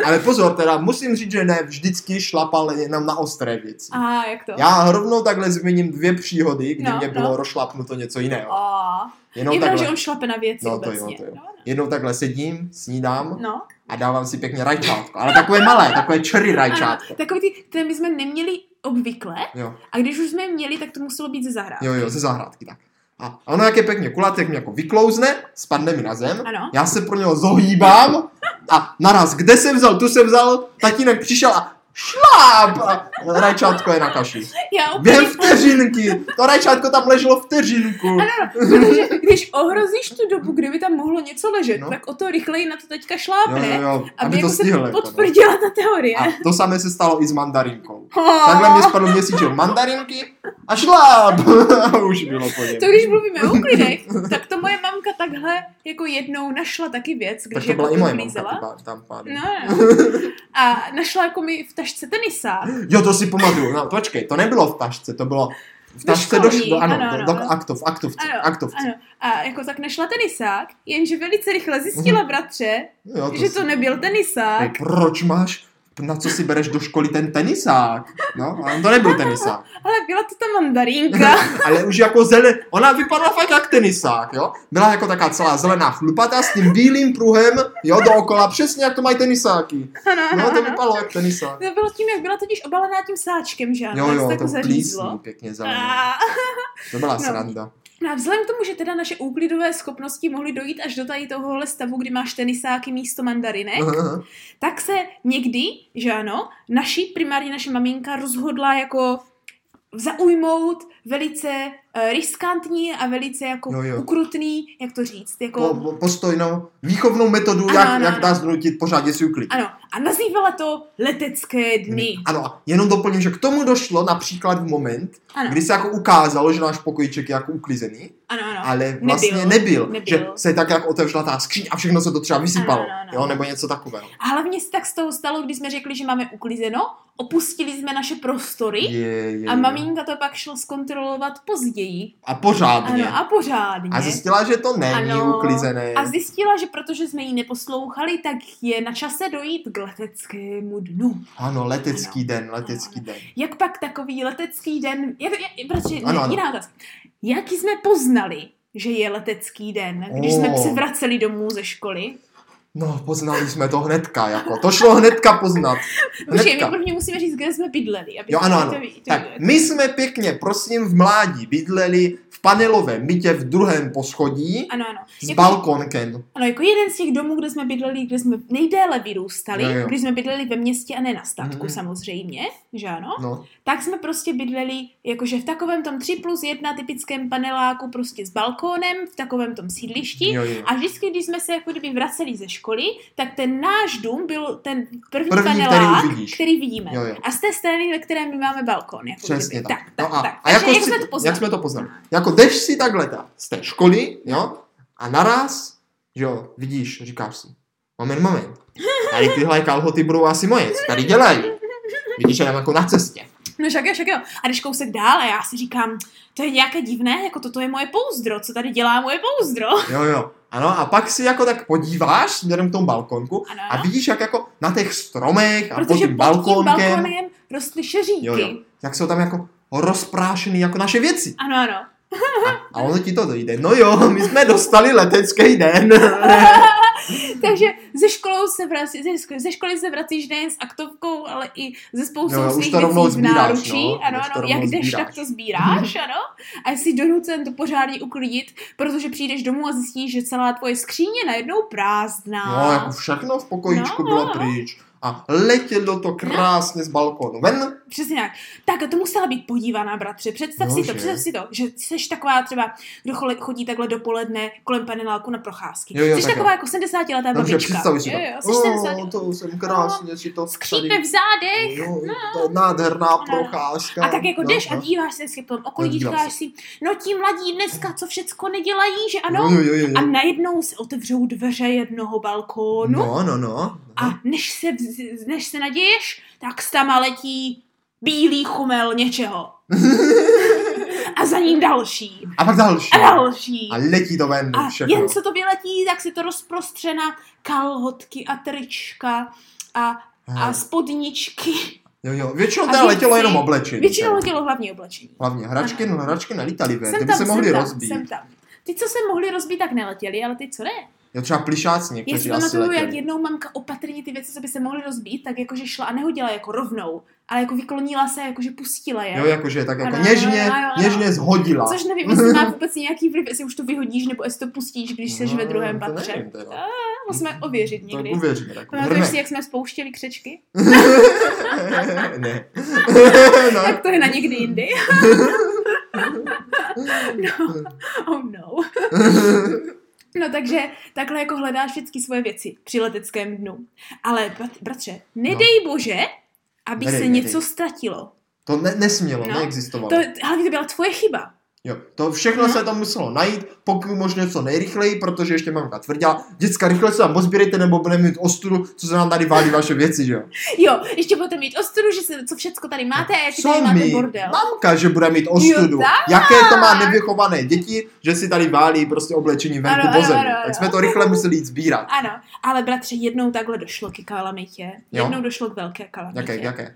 Speaker 1: Ale pozor, teda musím říct, že ne vždycky šlapal jenom na ostré věci.
Speaker 2: A jak to?
Speaker 1: Já rovnou takhle zmíním dvě příhody, kdy
Speaker 2: No,
Speaker 1: mě
Speaker 2: no.
Speaker 1: bylo rozšlapnuto něco jiného.
Speaker 2: A...
Speaker 1: Jenom
Speaker 2: je pravda,
Speaker 1: No, takhle.
Speaker 2: že on šlape na věci
Speaker 1: No, to jo,
Speaker 2: obecně.
Speaker 1: to jo.
Speaker 2: No,
Speaker 1: Jednou takhle sedím, snídám
Speaker 2: No,
Speaker 1: a dávám si pěkně rajčátko. Ale takové malé, takové čery
Speaker 2: ano,
Speaker 1: rajčátko.
Speaker 2: takový ty, které my jsme neměli obvykle,
Speaker 1: Jo,
Speaker 2: a když už jsme je měli, tak to muselo být ze zahrádky.
Speaker 1: jo, jo, ze zahrádky tak. A ono jak je pěkně kulatý, jak mě jako vyklouzne, spadne mi na zem,
Speaker 2: Ano.
Speaker 1: já se pro něho zohýbám a naraz, kde jsem vzal, tu jsem vzal, tatínek přišel a šláp a rajčátko je na kaši.
Speaker 2: Já úplně,
Speaker 1: Během vteřinky! To rajčátko tam leželo vteřinku.
Speaker 2: protože když ohrozíš tu dobu, kdy by tam mohlo něco ležet,
Speaker 1: No.
Speaker 2: no. tak o to rychleji na to teďka
Speaker 1: Jo,
Speaker 2: šlápne,
Speaker 1: jo, jo,
Speaker 2: aby,
Speaker 1: aby to
Speaker 2: jako se
Speaker 1: stihl. jako, no.
Speaker 2: potvrdila ta teorie.
Speaker 1: A to samé se stalo i s mandarinkou.
Speaker 2: Oh,
Speaker 1: Takhle mi spadl měsíček mandarinky a šláp! A Už bylo po něm.
Speaker 2: to když mluvíme o uklidech, tak to moje mamka takhle jako jednou našla taky věc, když
Speaker 1: Tak to byla
Speaker 2: jako
Speaker 1: i moje mamka.
Speaker 2: uklízela.
Speaker 1: ty pá- Tam pádem.
Speaker 2: No, no. A našla jako mi v tašce tenisák.
Speaker 1: Jo, to si pamatuju. No, počkej, to nebylo v tašce, to bylo v tašce do
Speaker 2: školní,
Speaker 1: školy. Ano,
Speaker 2: ano,
Speaker 1: do,
Speaker 2: ano,
Speaker 1: do
Speaker 2: ano.
Speaker 1: aktov, aktovce,
Speaker 2: Ano,
Speaker 1: aktovce.
Speaker 2: Ano. A jako tak našla tenisák, jenže velice rychle zjistila,
Speaker 1: Mhm.
Speaker 2: bratře,
Speaker 1: Jo,
Speaker 2: že
Speaker 1: si-
Speaker 2: to nebyl
Speaker 1: Hej,
Speaker 2: tenisák.
Speaker 1: Proč máš, na co si bereš do školy ten tenisák? No, ale to nebyl tenisák.
Speaker 2: Ale byla to ta mandarinka.
Speaker 1: Ale už jako zelen, ona vypadala fakt jak tenisák, jo? Byla jako taká celá zelená chlupatá s tím bílým pruhem, jo, dookola, přesně jak to mají tenisáky.
Speaker 2: Ano, ano,
Speaker 1: No, to
Speaker 2: ano.
Speaker 1: vypadalo jak tenisák.
Speaker 2: To bylo tím, jak byla totiž obalená tím sáčkem, že ano?
Speaker 1: Jo,
Speaker 2: jak
Speaker 1: jo,
Speaker 2: se tak
Speaker 1: to
Speaker 2: zařízlo.
Speaker 1: plísní pěkně zelené.
Speaker 2: A,
Speaker 1: To byla
Speaker 2: No.
Speaker 1: sranda.
Speaker 2: no a vzhledem k tomu, že teda naše úklidové schopnosti mohly dojít až do tady tohohle stavu, kdy máš tenisáky místo mandarinek, tak se někdy, že ano, naši, primárně naše maminka rozhodla jako zaujmout velice eh, riskantní a velice jako
Speaker 1: Jo, jo.
Speaker 2: ukrutný, jak to říct, jako...
Speaker 1: Po, po, postojnou výchovnou metodu,
Speaker 2: Ano,
Speaker 1: jak,
Speaker 2: ano,
Speaker 1: jak
Speaker 2: ano.
Speaker 1: dá znutit pořádně si uklid.
Speaker 2: Ano, a nazývala to letecké dny.
Speaker 1: Ano, a jenom doplním, že k tomu došlo například v moment,
Speaker 2: Ano,
Speaker 1: kdy se jako ukázalo, že náš pokojíček je jako uklizený,
Speaker 2: ano, ano.
Speaker 1: ale vlastně nebyl,
Speaker 2: Nebyl.
Speaker 1: nebyl,
Speaker 2: Nebyl.
Speaker 1: že se tak jak otevřela ta skříň a všechno se to třeba vysypalo,
Speaker 2: Ano, ano, ano.
Speaker 1: jo, nebo něco takového.
Speaker 2: A hlavně se tak z toho stalo, když jsme řekli, že máme uklizeno, opustili jsme naše prostory
Speaker 1: Je, je, je.
Speaker 2: a maminka to pak šlo zkontrolovat později.
Speaker 1: A pořádně.
Speaker 2: Ano, a pořádně.
Speaker 1: a zjistila, že to není
Speaker 2: Ano.
Speaker 1: uklizené.
Speaker 2: A zjistila, že protože jsme ji neposlouchali, tak je na čase dojít k leteckému dnu.
Speaker 1: Ano, letecký den, letecký den.
Speaker 2: Jak pak takový letecký den... Je, je, protože, ne,
Speaker 1: Ano, ano.
Speaker 2: Jiná otázka. Jak jsme poznali, že je letecký den, když
Speaker 1: O.
Speaker 2: jsme se vraceli domů ze školy?
Speaker 1: No, poznali jsme to hnedka, jako. To šlo hnedka poznat.
Speaker 2: Protože my
Speaker 1: Hnedka.
Speaker 2: prvně musíme říct, kde jsme bydleli. Aby
Speaker 1: Jo, ano,
Speaker 2: to-
Speaker 1: ano.
Speaker 2: To, to,
Speaker 1: Tak my jsme pěkně, prosím, v mládí bydleli v panelovém bytě v druhém poschodí
Speaker 2: Ano, ano.
Speaker 1: s
Speaker 2: Jako-
Speaker 1: balkonkem.
Speaker 2: Ano, jako jeden z těch domů, kde jsme bydleli, kde jsme nejdéle vyrůstali,
Speaker 1: Jo, jo.
Speaker 2: když jsme bydleli ve městě a ne na statku
Speaker 1: Mhm.
Speaker 2: mm. samozřejmě, že ano,
Speaker 1: No,
Speaker 2: tak jsme prostě bydleli jakože v takovém tom 3 plus 1 typickém paneláku prostě s balkónem, v takovém tom sídlišti.
Speaker 1: jo, jo.
Speaker 2: A vždycky, když jsme se jako kdyby vraceli ze školy, tak ten náš dům byl ten první,
Speaker 1: První, který
Speaker 2: panelák,
Speaker 1: uvidíš.
Speaker 2: který vidíme.
Speaker 1: Jo, jo.
Speaker 2: A z té strany, ve které my máme balkon. Jako
Speaker 1: Přesně
Speaker 2: kdyby.
Speaker 1: tak.
Speaker 2: tak, tak,
Speaker 1: no a,
Speaker 2: tak.
Speaker 1: a jako
Speaker 2: Takže, jak
Speaker 1: si,
Speaker 2: jsme to poznali?
Speaker 1: jak jsme to poznali? Jako jdeš si takhle ta, z té školy, jo, a naraz, že jo, vidíš, říkáš si, moment, moment, tady tyhle kalhoty budou asi moje, co tady dělají? Vidíš, že jdem jako na cestě.
Speaker 2: No však jo, však jo. A když kousek dál a já si říkám, to je nějaké divné, jako toto je moje pouzdro, co tady dělá moje pouzdro.
Speaker 1: Jo, jo. Ano, a pak si jako tak podíváš směrem k tomu balkonku
Speaker 2: Ano.
Speaker 1: a vidíš, jak jako na těch stromech a pod
Speaker 2: Protože
Speaker 1: tím
Speaker 2: pod tím
Speaker 1: balkonkem,
Speaker 2: balkonem rostly šeříky.
Speaker 1: Jo, jo. jak jsou tam jako rozprášený jako naše věci.
Speaker 2: Ano, ano.
Speaker 1: A, a ono ti to dojde. No jo, my jsme dostali letecký den.
Speaker 2: Takže ze, školou se vrací, ze, ško- ze školy se vracíš nejen s aktovkou, ale i ze spoustou
Speaker 1: Jo, jo, No, už
Speaker 2: svých
Speaker 1: to rovnou
Speaker 2: věcí v
Speaker 1: sbíráš,
Speaker 2: náručí.
Speaker 1: no.
Speaker 2: ano,
Speaker 1: Už to
Speaker 2: ano,
Speaker 1: rovnou
Speaker 2: jak jdeš,
Speaker 1: sbíráš.
Speaker 2: tak to sbíráš, ano. A jsi donucen to pořádně uklidit, protože přijdeš domů a zjistíš, že celá tvoje skříně je najednou prázdná.
Speaker 1: No, jako všechno v pokojíčku
Speaker 2: No,
Speaker 1: bylo
Speaker 2: no.
Speaker 1: pryč. A letělo to krásně z balkónu ven.
Speaker 2: Přesně tak. Tak a to musela být podívaná, bratře. Představ
Speaker 1: No,
Speaker 2: si to,
Speaker 1: že?
Speaker 2: představ si to, že jsi taková třeba, kdo chole- chodí takhle dopoledne kolem paneláku na procházky.
Speaker 1: Jo, jo,
Speaker 2: jsi
Speaker 1: tak
Speaker 2: taková
Speaker 1: jo.
Speaker 2: jako
Speaker 1: Takže
Speaker 2: 70-letá babička.
Speaker 1: představuj si
Speaker 2: jo, jo,
Speaker 1: to.
Speaker 2: jsi 70
Speaker 1: O, to jsem krásně si to
Speaker 2: No, Skřípe v zádech.
Speaker 1: Jo, to je nádherná
Speaker 2: no.
Speaker 1: procházka.
Speaker 2: A tak jako
Speaker 1: No,
Speaker 2: jdeš a
Speaker 1: no.
Speaker 2: díváš se si potom okolí,
Speaker 1: Dívám
Speaker 2: říkáš si, no ti mladí dneska, co všecko nedělají, že
Speaker 1: Jo,
Speaker 2: ano?
Speaker 1: jo, jo, jo.
Speaker 2: A najednou se otevřou dveře jednoho balkónu
Speaker 1: No, no, no.
Speaker 2: a než se, vz- než se naděješ, tak s tam letí bílý chumel něčeho. a za ním další.
Speaker 1: A pak další.
Speaker 2: A další.
Speaker 1: A letí to ven
Speaker 2: A
Speaker 1: všechno.
Speaker 2: jen co to vyletí, tak se to rozprostře na kalhotky a trička a, a
Speaker 1: Hej.
Speaker 2: spodničky.
Speaker 1: Jo, jo. Většinou
Speaker 2: a
Speaker 1: teda
Speaker 2: věci-
Speaker 1: letělo jenom oblečení.
Speaker 2: Většinou
Speaker 1: teda.
Speaker 2: letělo hlavně oblečení.
Speaker 1: Hlavně hračky, no, hračky nelítaly ven, ty by se
Speaker 2: jsem
Speaker 1: mohly
Speaker 2: tam,
Speaker 1: rozbít.
Speaker 2: jsem tam. Ty, co se mohli rozbít, tak neletěli, ale ty, co ne?
Speaker 1: Jo, třeba plišáci
Speaker 2: Já si
Speaker 1: někteří asi
Speaker 2: pamatuju, jak
Speaker 1: letěli.
Speaker 2: jednou mamka opatrně ty věci, co by se mohly rozbít, tak jakože šla a nehodila jako rovnou, ale jako vyklonila se, jakože pustila je.
Speaker 1: Jo, jakože tak jako
Speaker 2: Ano, ano,
Speaker 1: něžně,
Speaker 2: ano, ano.
Speaker 1: něžně zhodila.
Speaker 2: Což nevím, jestli má vůbec nějaký vliv, jestli už to vyhodíš, nebo jestli to pustíš, když seš ve
Speaker 1: No,
Speaker 2: druhém
Speaker 1: to
Speaker 2: patře. Eh, No,
Speaker 1: nevím teda.
Speaker 2: A, Musíme ověřit
Speaker 1: To
Speaker 2: někdy.
Speaker 1: uvěříme, tak
Speaker 2: Pamatuješ si,
Speaker 1: uvěříme.
Speaker 2: jak jsme spouštěli křečky?
Speaker 1: ne. no,
Speaker 2: Tak to je na někdy jindy. no, oh no. No takže takhle jako hledáš všechny svoje věci při leteckém dnu. Ale brat- bratře, nedej no. bože,
Speaker 1: Nedej,
Speaker 2: aby nedej, se
Speaker 1: nedej.
Speaker 2: nedej. něco ztratilo.
Speaker 1: to ne, nesmělo,
Speaker 2: No.
Speaker 1: neexistovalo.
Speaker 2: To, ale to byla tvoje chyba.
Speaker 1: Jo, to všechno
Speaker 2: No.
Speaker 1: se tam muselo najít, pokud možno co nejrychleji, protože ještě mamka tvrdila, děcka rychle se tam pozbírejte, nebo budeme mít ostudu, co se nám tady válí vaše věci, že jo.
Speaker 2: Jo, ještě budete mít ostudu, že se, co všecko tady máte a jaký
Speaker 1: Co
Speaker 2: tady máte
Speaker 1: my?
Speaker 2: bordel.
Speaker 1: Mamka, že bude mít ostudu.
Speaker 2: Jo,
Speaker 1: Jaké to má nevychované děti, že si tady válí prostě oblečení venku
Speaker 2: Ano,
Speaker 1: po
Speaker 2: ano,
Speaker 1: zemi.
Speaker 2: ano, ano.
Speaker 1: Tak jsme to rychle museli jít sbírat.
Speaker 2: Ano, ale bratře, jednou takhle došlo ke kalamitě.
Speaker 1: Jo.
Speaker 2: Jednou došlo k velké kalamitě.
Speaker 1: Jaké, jaké?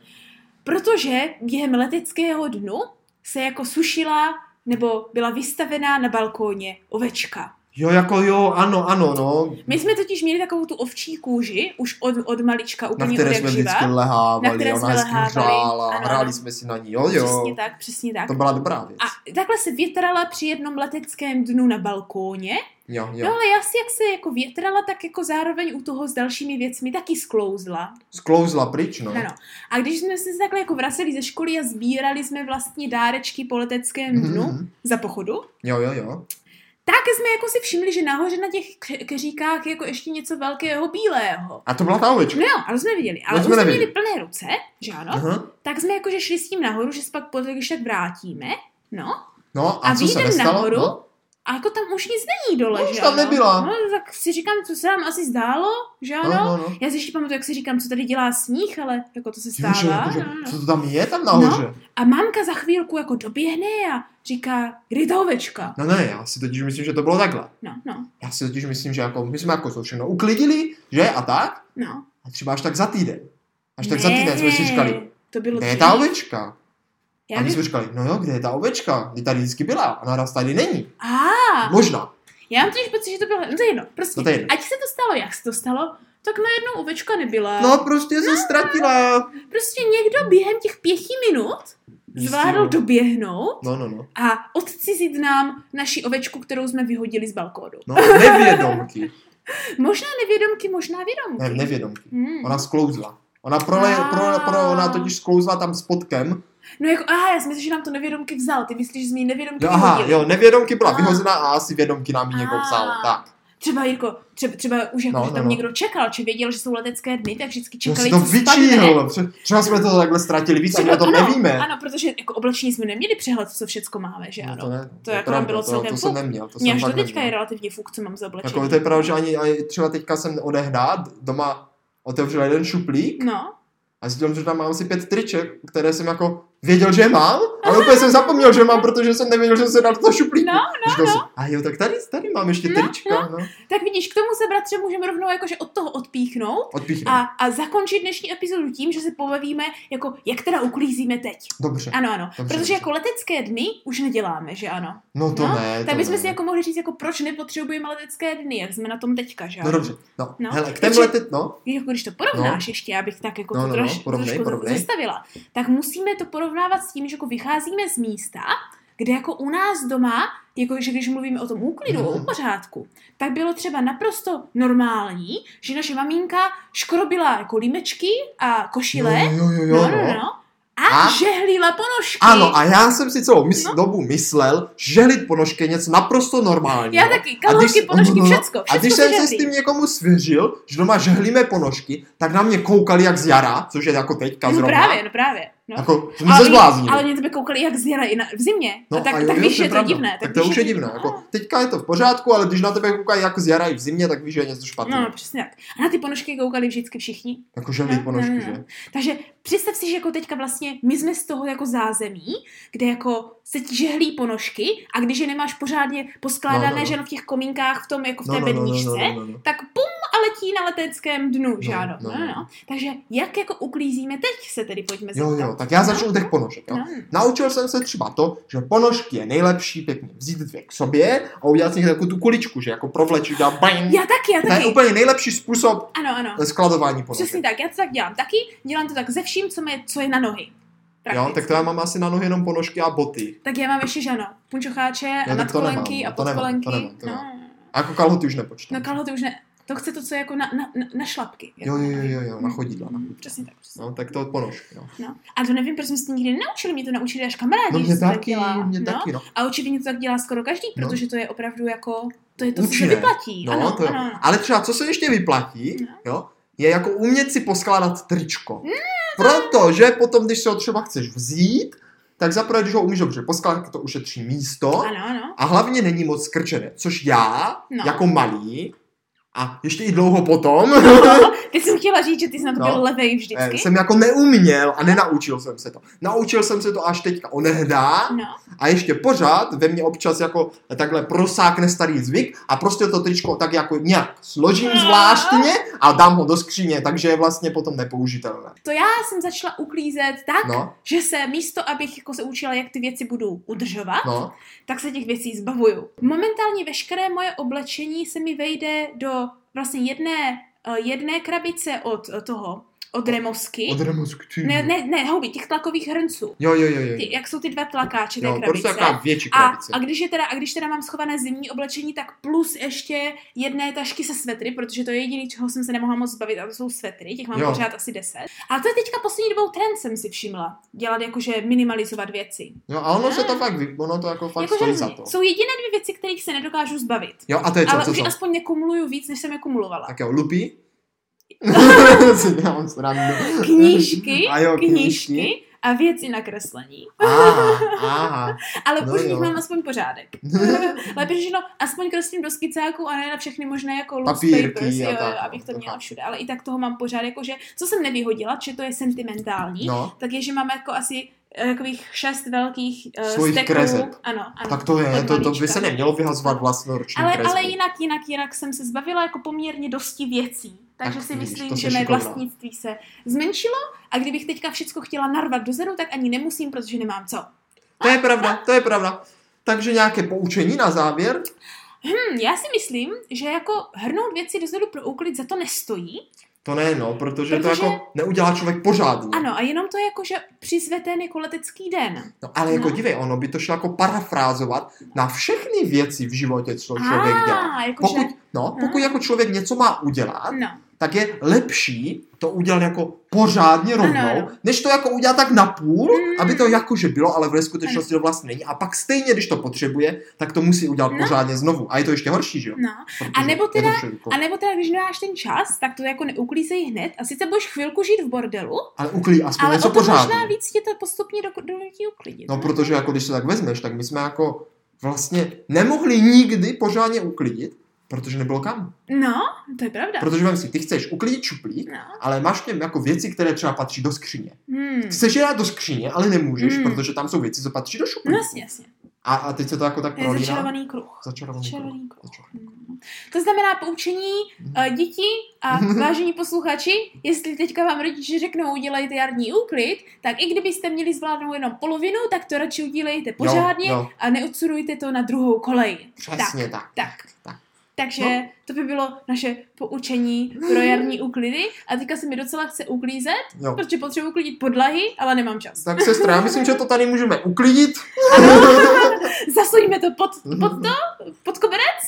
Speaker 2: Protože během leteckého dnu se jako sušila nebo byla vystavená na balkóně ovečka.
Speaker 1: Jo, jako jo, ano, ano, no.
Speaker 2: My jsme totiž měli takovou tu ovčí kůži, už od, od malička,
Speaker 1: Na
Speaker 2: úplně od
Speaker 1: které
Speaker 2: jak
Speaker 1: jsme
Speaker 2: živa.
Speaker 1: vždycky
Speaker 2: Na
Speaker 1: lehávali,
Speaker 2: které
Speaker 1: ona
Speaker 2: jsme
Speaker 1: hezky
Speaker 2: lehávali,
Speaker 1: hřála,
Speaker 2: ano.
Speaker 1: hráli jsme si na ní, jo,
Speaker 2: Přesně
Speaker 1: jo.
Speaker 2: tak, přesně tak.
Speaker 1: To byla dobrá věc.
Speaker 2: A takhle se větrala při jednom leteckém dnu na balkóně.
Speaker 1: Jo,
Speaker 2: Jo. No
Speaker 1: jo.
Speaker 2: ale já si jak se jako větrala, tak jako zároveň u toho s dalšími věcmi taky sklouzla.
Speaker 1: Sklouzla pryč, no.
Speaker 2: No. Ano. A když jsme se takhle jako vraceli ze školy a sbírali jsme vlastně dárečky po leteckém dnu
Speaker 1: Mhm.
Speaker 2: za pochodu,
Speaker 1: Jo, jo, jo.
Speaker 2: tak jsme jako si všimli, že nahoře na těch kře- keříkách je jako ještě něco velkého bílého.
Speaker 1: A to byla ta ovečka.
Speaker 2: No jo, ale jsme viděli. Ale
Speaker 1: No,
Speaker 2: už
Speaker 1: jsme
Speaker 2: jsme
Speaker 1: neviděli.
Speaker 2: měli plné ruce, že ano?
Speaker 1: Aha.
Speaker 2: Tak jsme jakože šli s tím nahoru, že se pak potom, když tak vrátíme. No,
Speaker 1: No a,
Speaker 2: A
Speaker 1: co se
Speaker 2: vyjdem
Speaker 1: nestalo?
Speaker 2: nahoru?
Speaker 1: No?
Speaker 2: a jako tam už nic není dole,
Speaker 1: No, už
Speaker 2: že
Speaker 1: tam
Speaker 2: ano?
Speaker 1: nebyla.
Speaker 2: No, tak si říkám, co se nám asi zdálo, že ano?
Speaker 1: No, no, no.
Speaker 2: Já si ještě pamatuju, jak si říkám, co tady dělá sníh, ale jako to se stává.
Speaker 1: Jože, jakože,
Speaker 2: no, no.
Speaker 1: co to tam je tam nahoře? No,
Speaker 2: A mámka za chvílku jako doběhne a říká, kde ta ovečka?
Speaker 1: no ne, já si totiž myslím, že to bylo takhle.
Speaker 2: No, no,
Speaker 1: Já si totiž myslím, že jako, my jsme jako to všechno uklidili, že a tak,
Speaker 2: no.
Speaker 1: a třeba až tak za týden. Až tak za týden jsme si říkali,
Speaker 2: To bylo
Speaker 1: kde je
Speaker 2: dřív.
Speaker 1: ta ovečka?
Speaker 2: Já
Speaker 1: A my
Speaker 2: vím-
Speaker 1: jsme říkali, no jo, kde je ta ovečka? Kdy tady vždycky byla a naraz tady není.
Speaker 2: A,
Speaker 1: Možná.
Speaker 2: já mám totiž pocit, že to bylo, no to je jedno, prostě,
Speaker 1: No to je jedno.
Speaker 2: ať se to stalo, jak se to stalo, tak najednou ovečka nebyla.
Speaker 1: No prostě se ztratila.
Speaker 2: Prostě někdo během těch pěti minut zvládl
Speaker 1: Zjistilo.
Speaker 2: doběhnout
Speaker 1: No, no, no.
Speaker 2: a odcizit nám naši ovečku, kterou jsme vyhodili z balkónu.
Speaker 1: No, nevědomky.
Speaker 2: Možná nevědomky, možná vědomky.
Speaker 1: Ne, nevědomky.
Speaker 2: Hmm.
Speaker 1: Ona sklouzla. Ona prole,
Speaker 2: Ah.
Speaker 1: pro, pro, ona totiž sklouzla tam spodkem
Speaker 2: No jako, aha, já si myslím, že nám to nevědomky vzal. Ty myslíš, že jsme jí nevědomky
Speaker 1: Jo, aha,
Speaker 2: vyhodili.
Speaker 1: jo, nevědomky byla
Speaker 2: Ah.
Speaker 1: vyhozená a asi vědomky nám ji někdo
Speaker 2: Ah.
Speaker 1: vzal. Tak.
Speaker 2: Třeba, Jirko, třeba, třeba už jako,
Speaker 1: No,
Speaker 2: no, že
Speaker 1: no,
Speaker 2: tam
Speaker 1: no.
Speaker 2: někdo čekal, či věděl, že jsou letecké dny, tak vždycky
Speaker 1: Já
Speaker 2: čekali,
Speaker 1: No si to
Speaker 2: co spadne.
Speaker 1: vyčíhl. Pře- Třeba jsme to takhle ztratili víc, ani o tom
Speaker 2: ano,
Speaker 1: nevíme.
Speaker 2: Ano, protože jako oblečení jsme neměli přehled, co všechno máme, že ano.
Speaker 1: No to ne,
Speaker 2: To jako
Speaker 1: pravda,
Speaker 2: nám bylo
Speaker 1: to,
Speaker 2: celkem
Speaker 1: to jsem
Speaker 2: fuk.
Speaker 1: neměl, to
Speaker 2: Mně
Speaker 1: jsem
Speaker 2: až to
Speaker 1: fakt
Speaker 2: teďka je
Speaker 1: neměl.
Speaker 2: relativně fuk, co mám za oblečení.
Speaker 1: Jako, to je pravda, že ani a třeba teďka jsem odehnal doma otevřel jeden šuplík
Speaker 2: No,
Speaker 1: a zjistil, že tam mám asi pět triček, které jsem jako věděl, že je mám, ale úplně jsem zapomněl, že je mám, protože jsem nevěděl, že se dal do toho šuplíku.
Speaker 2: No,
Speaker 1: no, Říkal jsem, a jo, tak tady, tady mám ještě
Speaker 2: No,
Speaker 1: trička, no.
Speaker 2: tak vidíš, k tomu se bratře můžeme rovnou jakože od toho odpíchnout
Speaker 1: Odpíchnu.
Speaker 2: a, a zakončit dnešní epizodu tím, že se pobavíme, jako jak teda uklízíme teď.
Speaker 1: Dobře.
Speaker 2: Ano, ano.
Speaker 1: Dobře, dobře.
Speaker 2: Protože jako letecké dny už neděláme, že ano.
Speaker 1: No to
Speaker 2: No,
Speaker 1: ne,
Speaker 2: Tak
Speaker 1: to
Speaker 2: bychom
Speaker 1: ne.
Speaker 2: si jako mohli říct, jako proč nepotřebujeme letecké dny, jak jsme na tom teďka, že
Speaker 1: No
Speaker 2: ano.
Speaker 1: dobře, no.
Speaker 2: No.
Speaker 1: Hele, k
Speaker 2: Takže-
Speaker 1: témhle teď, no.
Speaker 2: Jako když to porovnáš no. ještě, abych tak jako
Speaker 1: No,
Speaker 2: no,
Speaker 1: no,
Speaker 2: to
Speaker 1: no,
Speaker 2: troš, no,
Speaker 1: porovnej,
Speaker 2: trošku
Speaker 1: porovnej.
Speaker 2: porovnej. zastavila, tak musíme to porovnávat s tím, že jako vycházíme z místa, kde jako u nás doma, jako že když mluvíme o tom úklidu,
Speaker 1: Mhm.
Speaker 2: o pořádku, tak bylo třeba naprosto normální, že naše maminka škrobila jako límečky a košile,
Speaker 1: Jo, jo, jo,
Speaker 2: no,
Speaker 1: jo,
Speaker 2: no, no, no, a,
Speaker 1: A?
Speaker 2: a žehlila ponožky.
Speaker 1: Ano, a já jsem si celou mys-
Speaker 2: No.
Speaker 1: dobu myslel, že žehlit ponožky je něco naprosto normálního.
Speaker 2: já taky, kalhotky,
Speaker 1: když-
Speaker 2: ponožky,
Speaker 1: no, no, no.
Speaker 2: všecko, všecko
Speaker 1: A když
Speaker 2: si
Speaker 1: jsem se s
Speaker 2: žehlí.
Speaker 1: tím někomu svěřil, že doma žehlíme ponožky, tak na mě koukali jak z jara, což je jako teďka
Speaker 2: No
Speaker 1: zrovna.
Speaker 2: právě, no právě. No.
Speaker 1: Jako, jsem se zbláznil.
Speaker 2: ale mě tebe koukali jak z jara i na, v zimě. No,
Speaker 1: No,
Speaker 2: a tak,
Speaker 1: a
Speaker 2: a
Speaker 1: jo,
Speaker 2: tak
Speaker 1: jo,
Speaker 2: víš,
Speaker 1: to
Speaker 2: že
Speaker 1: je
Speaker 2: je No, to
Speaker 1: pravda.
Speaker 2: divné.
Speaker 1: Tak to
Speaker 2: víš,
Speaker 1: už je divné. Jako, teďka je to v pořádku, ale když na tebe koukají jak z jara i v zimě, tak víš, že je něco špatně.
Speaker 2: No, no, přesně tak. A na ty ponožky koukali vždycky všichni.
Speaker 1: Jako žehlit
Speaker 2: No,
Speaker 1: ponožky,
Speaker 2: no, no.
Speaker 1: že?
Speaker 2: Takže představ si, že jako teďka vlastně my jsme z toho jako zázemí, kde jako se ti žehlí ponožky a když je nemáš pořádně poskládané,
Speaker 1: No,
Speaker 2: no,
Speaker 1: no, no.
Speaker 2: no. že ano, v těch komínkách, v tom jako v
Speaker 1: No,
Speaker 2: té
Speaker 1: no, no, no,
Speaker 2: bedničce,
Speaker 1: no, no, no.
Speaker 2: tak pum a letí na leteckém dnu, že
Speaker 1: No,
Speaker 2: ano.
Speaker 1: no,
Speaker 2: No, no,
Speaker 1: no.
Speaker 2: no. Takže jak jako uklízíme teď se tedy pojďme
Speaker 1: Jo,
Speaker 2: zeptat.
Speaker 1: jo, tak já začnu u těch ponožek, jo.
Speaker 2: No,
Speaker 1: Naučil jsem se třeba to, že ponožky je nejlepší pěkně vzít dvě k sobě a udělat z nich takovou tu kuličku, že jako provlečíš a bang.
Speaker 2: Já taky, já
Speaker 1: To je
Speaker 2: taky.
Speaker 1: úplně nejlepší způsob
Speaker 2: Ano, ano.
Speaker 1: skladování
Speaker 2: Přesně
Speaker 1: ponožek.
Speaker 2: tak, já to tak dělám taky. Dělám to tak ze vším, co, mě, co je na nohy.
Speaker 1: Jo, tak to já mám asi na nohy jenom ponožky a boty.
Speaker 2: tak já mám ještě, že ano, punčocháče
Speaker 1: Já
Speaker 2: a
Speaker 1: tak to nemám, No,
Speaker 2: nadkolenky a
Speaker 1: to nemám, to
Speaker 2: podkolenky.
Speaker 1: nemám, to
Speaker 2: No,
Speaker 1: A jako kalhoty už nepočítám.
Speaker 2: no kalhoty už ne. To chce to, co je jako na, na, na- na šlapky. Hm.
Speaker 1: Jo, jo, jo, jo, jo, na chodidla. na chodidla.
Speaker 2: Přesně tak. Přesně.
Speaker 1: No, tak to ponožky, jo.
Speaker 2: No. A to nevím, proč jsme se to nikdy nenaučili, mě to naučili až kamarádi,
Speaker 1: No
Speaker 2: že
Speaker 1: mě
Speaker 2: se to tak
Speaker 1: taky,
Speaker 2: dělá.
Speaker 1: mě
Speaker 2: no.
Speaker 1: taky, no.
Speaker 2: A určitě to tak dělá skoro každý,
Speaker 1: No.
Speaker 2: protože to je opravdu jako, to je to, co se
Speaker 1: Účinné.
Speaker 2: vyplatí.
Speaker 1: No,
Speaker 2: ano,
Speaker 1: to jo.
Speaker 2: ano, ano.
Speaker 1: Ale třeba, co se ještě vyplatí,
Speaker 2: No. Mm,
Speaker 1: jo, je jako umět si poskládat tričko. Protože potom, když se ho třeba chceš vzít, tak zaprvé, když ho umíš dobře poskládat, to ušetří místo.
Speaker 2: Ano, ano.
Speaker 1: A hlavně není moc skrčené, což já, no.
Speaker 2: No.
Speaker 1: jako malý, A ještě i dlouho potom
Speaker 2: Teď jsem chtěla říct, že ty jsi na to
Speaker 1: No.
Speaker 2: byl levej
Speaker 1: eh,
Speaker 2: vždycky.
Speaker 1: jsem jako neuměl a nenaučil jsem se to. Naučil jsem se to až teďka onehdá
Speaker 2: No,
Speaker 1: a ještě pořád ve mně občas jako takhle prosákne starý zvyk a prostě to tričko tak jako nějak složím zvláštně a dám ho do skříně, takže je vlastně potom nepoužitelné.
Speaker 2: to já jsem začala uklízet tak, no.
Speaker 1: No,
Speaker 2: že se místo, abych jako se učila, jak ty věci budu udržovat,
Speaker 1: no,
Speaker 2: tak se těch věcí zbavuju. Momentálně veškeré moje oblečení se mi vejde do vlastně jedné, eh, jedné krabice od eh, toho, od remosky.
Speaker 1: od remusku, ty.
Speaker 2: Ne, ne, ne, houby, těch tlakových hrnců.
Speaker 1: Jo, jo, jo, jo.
Speaker 2: Ty, jak jsou ty dva tlakáče, té
Speaker 1: Jo, prostě
Speaker 2: krabice.
Speaker 1: taková větší
Speaker 2: A,
Speaker 1: krabice.
Speaker 2: a, když je teda, a když teda mám schované zimní oblečení, tak plus ještě jedné tašky se svetry, protože to je jediné, čeho jsem se nemohla moc zbavit, a to jsou svetry, těch mám
Speaker 1: Jo.
Speaker 2: jo. pořád asi 10. A to je teďka poslední dobou trend, jsem si všimla. Dělat jakože minimalizovat věci.
Speaker 1: Jo, a ono se to fakt, vy- ono to jako fakt
Speaker 2: Jakože
Speaker 1: stojí za
Speaker 2: různě.
Speaker 1: to.
Speaker 2: jsou jediné dvě věci, kterých se nedokážu zbavit.
Speaker 1: Jo, a to je co,
Speaker 2: Ale
Speaker 1: co
Speaker 2: už
Speaker 1: jsou?
Speaker 2: aspoň nekumuluju víc, než jsem je kumulovala.
Speaker 1: Tak jo, lupí. Já mám srandu.
Speaker 2: Knížky,
Speaker 1: A jo, knížky.
Speaker 2: knížky a věci na kreslení.
Speaker 1: Aha, aha.
Speaker 2: Ale
Speaker 1: No
Speaker 2: no, už v
Speaker 1: jo.
Speaker 2: nich mám aspoň pořádek. Lépe řečeno, no, aspoň kreslím do skicáku a ne na všechny možné jako loose
Speaker 1: Papírky
Speaker 2: papers,
Speaker 1: a
Speaker 2: jo,
Speaker 1: tak,
Speaker 2: jo, abych to
Speaker 1: no,
Speaker 2: měla
Speaker 1: tak.
Speaker 2: všude. Ale i tak toho mám pořád, jakože, co jsem nevyhodila, že to je sentimentální, no.
Speaker 1: No,
Speaker 2: tak je, že mám jako asi eh, takových šest velkých uh,
Speaker 1: Svojich
Speaker 2: steků.
Speaker 1: kreseb.
Speaker 2: Ano, ano.
Speaker 1: tak to je, to,
Speaker 2: Od
Speaker 1: to by
Speaker 2: malička.
Speaker 1: se nemělo vyhazovat vlastnoroční
Speaker 2: ale,
Speaker 1: kresby.
Speaker 2: ale jinak, jinak, jinak jsem se zbavila jako poměrně dosti věcí. Takže
Speaker 1: Tak
Speaker 2: si
Speaker 1: vidíš,
Speaker 2: myslím,
Speaker 1: to jsi
Speaker 2: že mé
Speaker 1: šikovná.
Speaker 2: vlastnictví se zmenšilo a kdybych teďka všechno chtěla narvat dozadu, tak ani nemusím, protože nemám co.
Speaker 1: To je pravda, to je pravda. Takže nějaké poučení na závěr?
Speaker 2: Hm, já si myslím, že jako hrnout věci dozadu pro úklid za to nestojí,
Speaker 1: To ne, no, protože,
Speaker 2: Protože-
Speaker 1: to jako neudělá člověk pořádně.
Speaker 2: Ano, a jenom to je jako, že přizve ten jako letecký den.
Speaker 1: No, ale jako
Speaker 2: No.
Speaker 1: dívej, ono by to šlo jako parafrázovat na všechny věci v životě, co člověk dělá.
Speaker 2: A, jakože...
Speaker 1: Pokud, no, pokud jako člověk něco má udělat,
Speaker 2: No,
Speaker 1: tak je lepší to udělat jako pořádně rovnou,
Speaker 2: Ano,
Speaker 1: ano,
Speaker 2: ano.
Speaker 1: než to jako udělat tak na půl,
Speaker 2: Mm.
Speaker 1: aby to jakože bylo, ale ve skutečnosti to vlastně není. A pak stejně, když to potřebuje, tak to musí udělat
Speaker 2: No.
Speaker 1: pořádně znovu. A je to ještě horší, že jo?
Speaker 2: no.
Speaker 1: Protože
Speaker 2: nebo
Speaker 1: je to
Speaker 2: teda-
Speaker 1: všeliko.
Speaker 2: A nebo teda, když nemáš ten čas, tak to jako neuklízej hned a sice budeš chvilku žít v bordelu,
Speaker 1: Ale uklí aspoň
Speaker 2: ale o
Speaker 1: něco
Speaker 2: to
Speaker 1: pořádně.
Speaker 2: možná víc tě to postupně do, do lidí uklidit.
Speaker 1: No, protože jako když se tak vezmeš, tak my jsme jako vlastně nemohli nikdy pořádně uklidit, protože nebylo kam.
Speaker 2: No, to je pravda.
Speaker 1: Protože vem si, ty chceš uklidit šuplík,
Speaker 2: No.
Speaker 1: ale máš v něm jako věci, které třeba patří do skříně.
Speaker 2: Hmm.
Speaker 1: Chceš je dát do skříně, ale nemůžeš,
Speaker 2: Mm.
Speaker 1: protože tam jsou věci, co patří do šuplíku.
Speaker 2: No, jasně, jasně.
Speaker 1: A, a teď se to jako tak
Speaker 2: Je
Speaker 1: prolíná.
Speaker 2: začarovaný kruh.
Speaker 1: Začarovaný. kruh.
Speaker 2: Začarovaný kruh.
Speaker 1: Začarovaný.
Speaker 2: Hmm. To znamená poučení
Speaker 1: Mhm.
Speaker 2: eh, děti a vážení posluchači, jestli teďka vám rodiče řeknou, udělejte jarní úklid, tak i kdybyste měli zvládnout jenom polovinu, tak to radši udělejte pořádně
Speaker 1: Jo, jo,
Speaker 2: a neodsurujte to na druhou kolej.
Speaker 1: přesně tak.
Speaker 2: Tak.
Speaker 1: tak.
Speaker 2: Takže
Speaker 1: No.
Speaker 2: no. to by bylo naše poučení pro jarní úklidy. A teďka se mi docela chce uklízet,
Speaker 1: Jo.
Speaker 2: protože potřebuji uklidit podlahy, ale nemám čas.
Speaker 1: Tak sestra, já myslím, že to tady můžeme uklidit.
Speaker 2: Zasuňme to pod, pod to, pod koberec.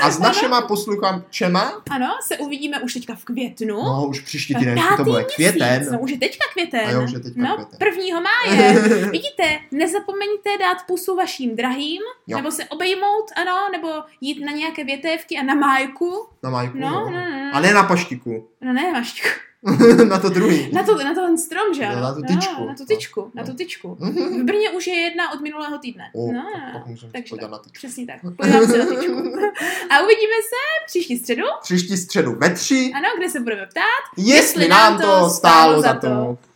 Speaker 1: A s našima posluchačema,
Speaker 2: Ano, se uvidíme už teďka v květnu.
Speaker 1: no už příští týden,
Speaker 2: Pátý
Speaker 1: to bude
Speaker 2: Květen.
Speaker 1: květen.
Speaker 2: No, už je teďka květen.
Speaker 1: A jo, už je teďka
Speaker 2: no,
Speaker 1: květen.
Speaker 2: prvního máje. Vidíte, nezapomeňte dát pusu vaším drahým,
Speaker 1: Jo.
Speaker 2: jo. nebo se obejmout, ano, nebo jít na nějaké větévky a na májku.
Speaker 1: Na Majku.
Speaker 2: No, no,
Speaker 1: No,
Speaker 2: no.
Speaker 1: A ne na paštiku.
Speaker 2: No ne, máš
Speaker 1: na to druhý.
Speaker 2: na, to, na ten strom, že
Speaker 1: No,
Speaker 2: ano?
Speaker 1: na tu
Speaker 2: No,
Speaker 1: tyčku.
Speaker 2: na tu tyčku, no. na tu tyčku. V Brně už je jedna od minulého týdne.
Speaker 1: Mhm. O,
Speaker 2: no,
Speaker 1: tak pak můžeme
Speaker 2: takže
Speaker 1: podívat
Speaker 2: tak.
Speaker 1: na tyčku.
Speaker 2: Přesně tak. Podívám se na tyčku. A uvidíme se příští středu,
Speaker 1: Příští středu ve tři,
Speaker 2: ano, kde se budeme ptát.
Speaker 1: jestli nám to stálo za to.